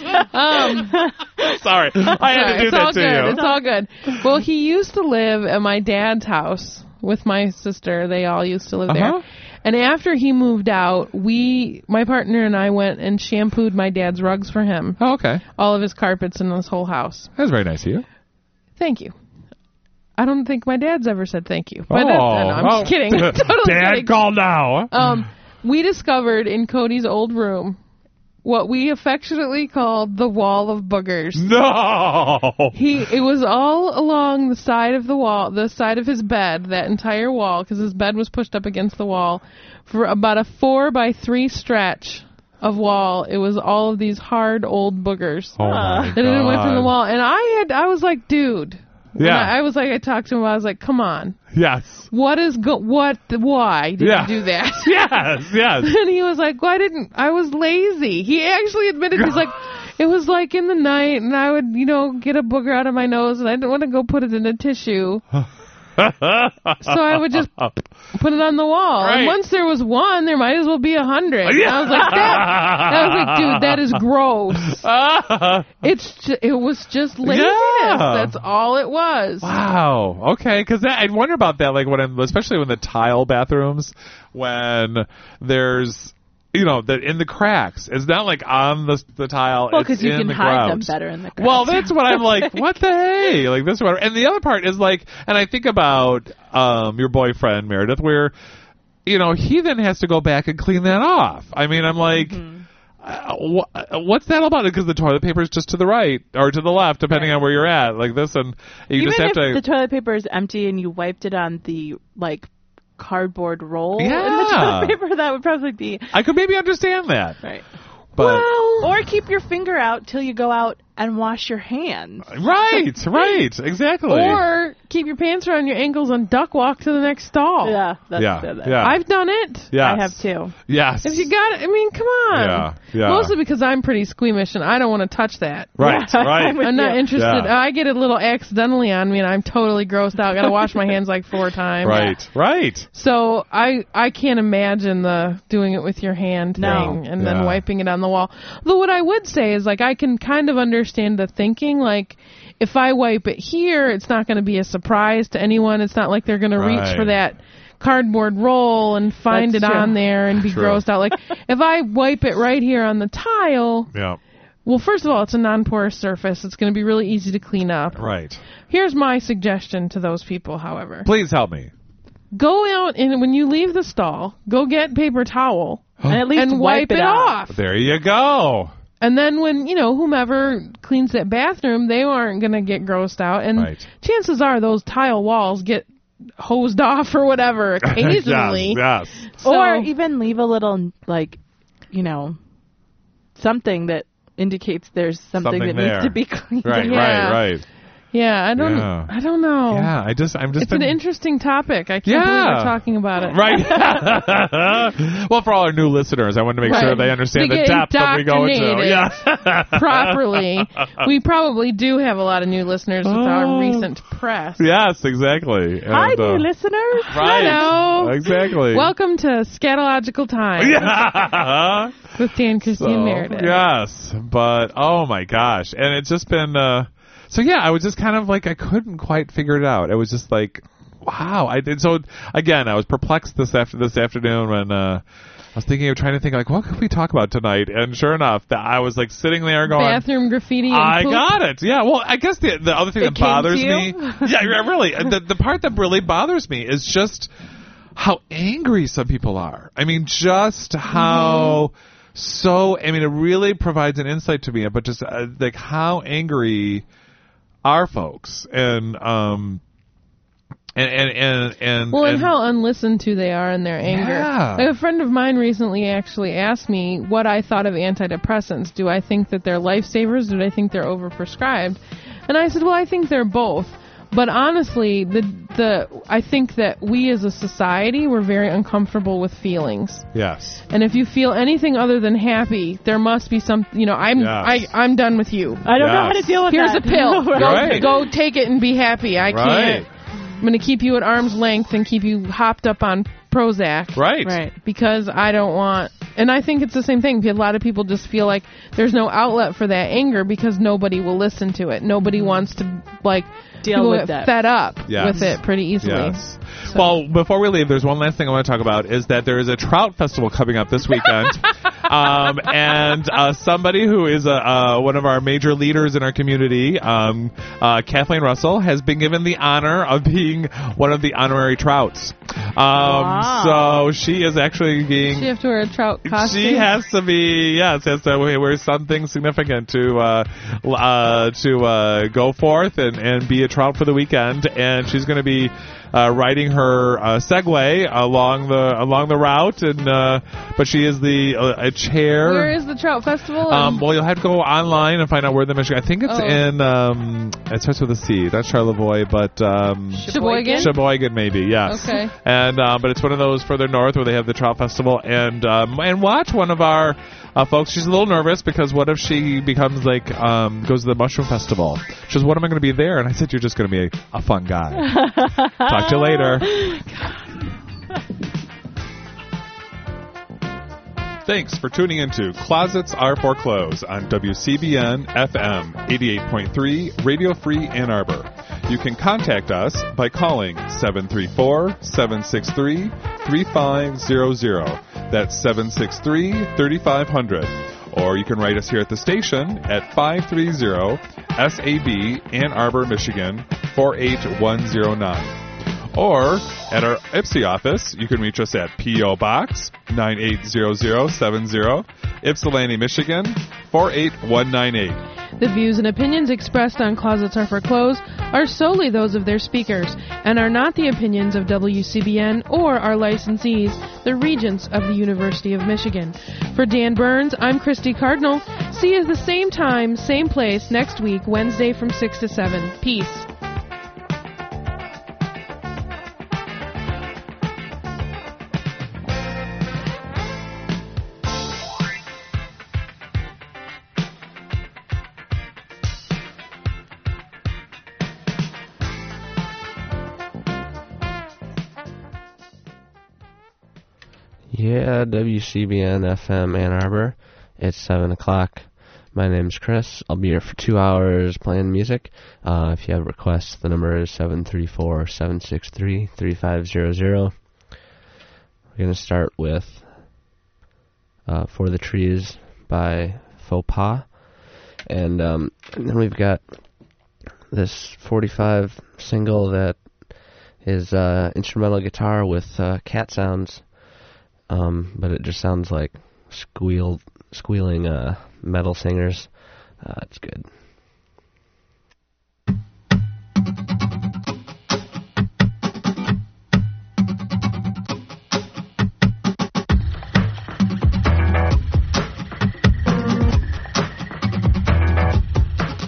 G: that. Oh.
F: hello, Cleveland. um,
G: Sorry, I had to do
F: it's all
G: that to
F: good.
G: you.
F: It's all good. Well, he used to live at my dad's house with my sister. They all used to live
G: Uh-huh.
F: there. And after he moved out, we, my partner and I, went and shampooed my dad's rugs for him,
G: Oh, okay,
F: all of his carpets in his whole house.
G: that's very nice of you.
F: Thank you. I don't think my dad's ever said thank you. But that's, no, I'm
G: oh.
F: just kidding. totally
G: Dad,
F: kidding.
G: call now.
F: Um, we discovered in Cody's old room what we affectionately called the wall of boogers.
G: no.
F: He it was all along the side of the wall, the side of his bed, that entire wall, because his bed was pushed up against the wall, for about a four by three stretch of wall. It was all of these hard old boogers
G: Oh my
F: that had uh, went from the
G: God.
F: wall, and I had I was like, dude. When
G: Yeah.
F: I, I was like, I talked to him. I was like, come on,
G: Yes.
F: what is go? What? Why did
G: Yeah.
F: you do that?
G: Yes. Yes.
F: and he was like, "Well, I didn't. I was lazy." He actually admitted he's like, "It was like in the night, and I would, you know, get a booger out of my nose, and I didn't want to go put it in a tissue, so I would just put it on the wall.
G: Right.
F: And once there was one, there might as well be a hundred. And I was like, "That." I was like, "Dude, that is gross. It's ju- it was just laziness.
G: Yeah.
F: That's all it was."
G: Wow. Okay, because I wonder about that. Like when, I'm, especially when the tile bathrooms, when there's, you know, the, in the cracks. It's not like on the the tile.
H: Well,
G: because
H: because you can
G: the
H: hide
G: grout.
H: them better in the ground.
G: Well, that's what I'm like. What the hey? Like this one. And the other part is like, and I think about um your boyfriend Meredith, where you know he then has to go back and clean that off. I mean, I'm like.
H: Mm-hmm.
G: uh, wha- uh, What's that all about? Because the toilet paper is just to the right or to the left, depending on where you're at. Like this, and you
H: Even
G: just have
H: if the
G: to.
H: toilet paper is empty and you wiped it on the like cardboard roll in the
G: Yeah.
H: toilet paper, that would probably be
G: I could maybe understand that,
H: right.
G: but
H: or keep your finger out till you go out and wash your hands.
G: right, right, exactly.
F: Or keep your pants around your ankles and duck walk to the next stall.
H: Yeah, that's
G: yeah,
H: that-
G: yeah,
F: I've done it.
G: yes.
H: I have too.
G: Yes,
F: If you got it, I mean, come on.
G: Yeah, yeah.
F: Mostly because I'm pretty squeamish and I don't want to touch that.
G: right,
H: Yeah,
G: right.
H: I'm with
F: I'm not
H: you.
F: interested.
G: Yeah.
F: I get it a little accidentally on me and I'm totally grossed out. Got to wash my hands like four times.
G: Right, right.
F: So I I can't imagine the doing it with your hand
H: No.
F: thing and
G: Yeah.
F: then wiping it on the wall. Though what I would say is like I can kind of understand the thinking like if I wipe it here, it's not going to be a surprise to anyone. It's not like they're going to reach
G: Right.
F: for that cardboard roll and find
H: That's
F: it
H: true.
F: on there and be
G: True.
F: grossed out. Like if I wipe it right here on the tile,
G: Yeah,
F: well, first of all, it's a non-porous surface. It's going to be really easy to clean up.
G: right.
F: Here's my suggestion to those people, however
G: Please help me.
F: go out and when you leave the stall, go get paper towel
H: And at least
F: and
H: wipe, it, off.
F: off.
G: There you go.
F: And then when you know whomever cleans that bathroom, they aren't gonna get grossed out. And
G: Right.
F: chances are those tile walls get hosed off or whatever occasionally.
G: Yes, yes.
F: So-
H: or even leave a little like, you know, something that indicates there's something,
G: Something
H: that needs
G: there.
H: to be cleaned.
G: Right,
F: Yeah.
G: right, right.
F: yeah, I don't.
G: Yeah.
F: I don't know.
G: Yeah, I just, I'm just.
F: It's an
G: been-
F: interesting topic. I can't
G: Yeah.
F: believe we're talking about it.
G: Right. well, for all our new listeners, I wanted to make sure
F: Right.
G: they understand
F: They
G: the
F: get
G: depth that we go into.
F: indoctrinated.
G: Yeah.
F: Properly, we probably do have a lot of new listeners with
G: Oh.
F: our recent press.
G: yes, exactly. And,
H: Hi,
G: uh,
H: new listeners.
G: Right.
F: Hello.
G: Exactly.
F: Welcome to Scatological Time
G: Yeah.
F: with Dan, Christine,
G: So,
F: and Meredith.
G: Yes, but oh my gosh, and it's just been. Uh, so yeah, I was just kind of like I couldn't quite figure it out. It was just like, wow. I did so again. I was perplexed this after this afternoon when. Uh, I was thinking of trying to think like what could we talk about tonight, and sure enough, that I was like sitting there going,
F: Bathroom graffiti. And
G: I
F: poop.
G: got it. Yeah. Well, I guess the the other thing
F: It
G: that
F: came to
G: bothers
F: you?
G: me, yeah, yeah, really, the the part that really bothers me is just how angry some people are. I mean, just how
F: Mm-hmm.
G: so. I mean, it really provides an insight to me, but just uh, like how angry are folks, and um, and and and, and
F: Well, and, how unlistened to they are in their anger.
G: Yeah.
F: Like, a friend of mine recently actually asked me what I thought of antidepressants. Do I think that they're lifesavers? Do I think they're overprescribed? And I said, well, I think they're both. But honestly, the the I think that we as a society we're very uncomfortable with feelings.
G: yes,
F: And if you feel anything other than happy, there must be some. You know, I'm
G: Yes.
F: I I'm done with you.
H: I don't know
G: Yes.
H: how to deal with
F: Here's a
H: that.
F: pill. Go,
G: Right.
F: go take it and be happy. I
G: right.
F: can't. I'm going to keep you at arm's length and keep you hopped up on Prozac.
G: Right.
F: Right. Because I don't want. And I think it's the same thing. A lot of people just feel like there's no outlet for that anger because nobody will listen to it. Nobody wants to, like,
H: Mm-hmm. Deal
F: people
H: with that.
F: get fed up
G: Yes.
F: with it pretty easily.
G: Yes. Well, before we leave, there's one last thing I want to talk about is that there is a trout festival coming up this weekend. um, and uh, somebody who is a, uh, one of our major leaders in our community, um, uh, Kathleen Russell, has been given the honor of being one of the honorary trouts. Um, So she is actually being.
F: She have to wear a trout costume.
G: She has to be yes, has to wear wear something significant to uh, l- uh, to uh, go forth and, and be a trout for the weekend. And she's going to be uh, riding her uh, Segway along the along the route. And uh, but she is the uh, a chair.
F: Where is the trout festival?
G: Um, well, you'll have to go online and find out where the Michigan. I think it's
F: Oh.
G: in. Um, it starts with a C. Not Charlevoix, but um,
F: Sheboygan?
G: Sheboygan, maybe. Yes.
F: Okay.
G: And uh, but it's one of those further north where they have the trout festival and um, and watch one of our uh, folks. She's a little nervous because what if she becomes like um, goes to the mushroom festival? She says, "What am I going to be there?" And I said, "You're just going to be a, a fun guy." Talk to you later. Thanks for tuning into Closets Are for Clothes on WCBN FM 88.3 Radio Free Ann Arbor. You can contact us by calling 734 763 3500. That's 763 3500 or you can write us here at the station at 530 SAB Ann Arbor, Michigan 48109. Or at our Ipsy E office, you can reach us at P.O. Box 980070, Ypsilanti, Michigan 48198.
F: The views and opinions expressed on Closets Are for Clothes are solely those of their speakers and are not the opinions of WCBN or our licensees, the regents of the University of Michigan. For Dan Burns, I'm Christy Cardinal. See you at the same time, same place next week, Wednesday from 6 to 7. Peace.
D: Yeah, WCBN FM Ann Arbor. It's 7 o'clock. My name's Chris. I'll be here for two hours playing music. Uh, if you have requests, the number is 734 763 3500. We're going to start with uh, For the Trees by Faux Pas. And, um, and then we've got this 45 single that is uh, instrumental guitar with uh, cat sounds um, but it just sounds like squeal, squealing uh, metal singers. Uh, it's good.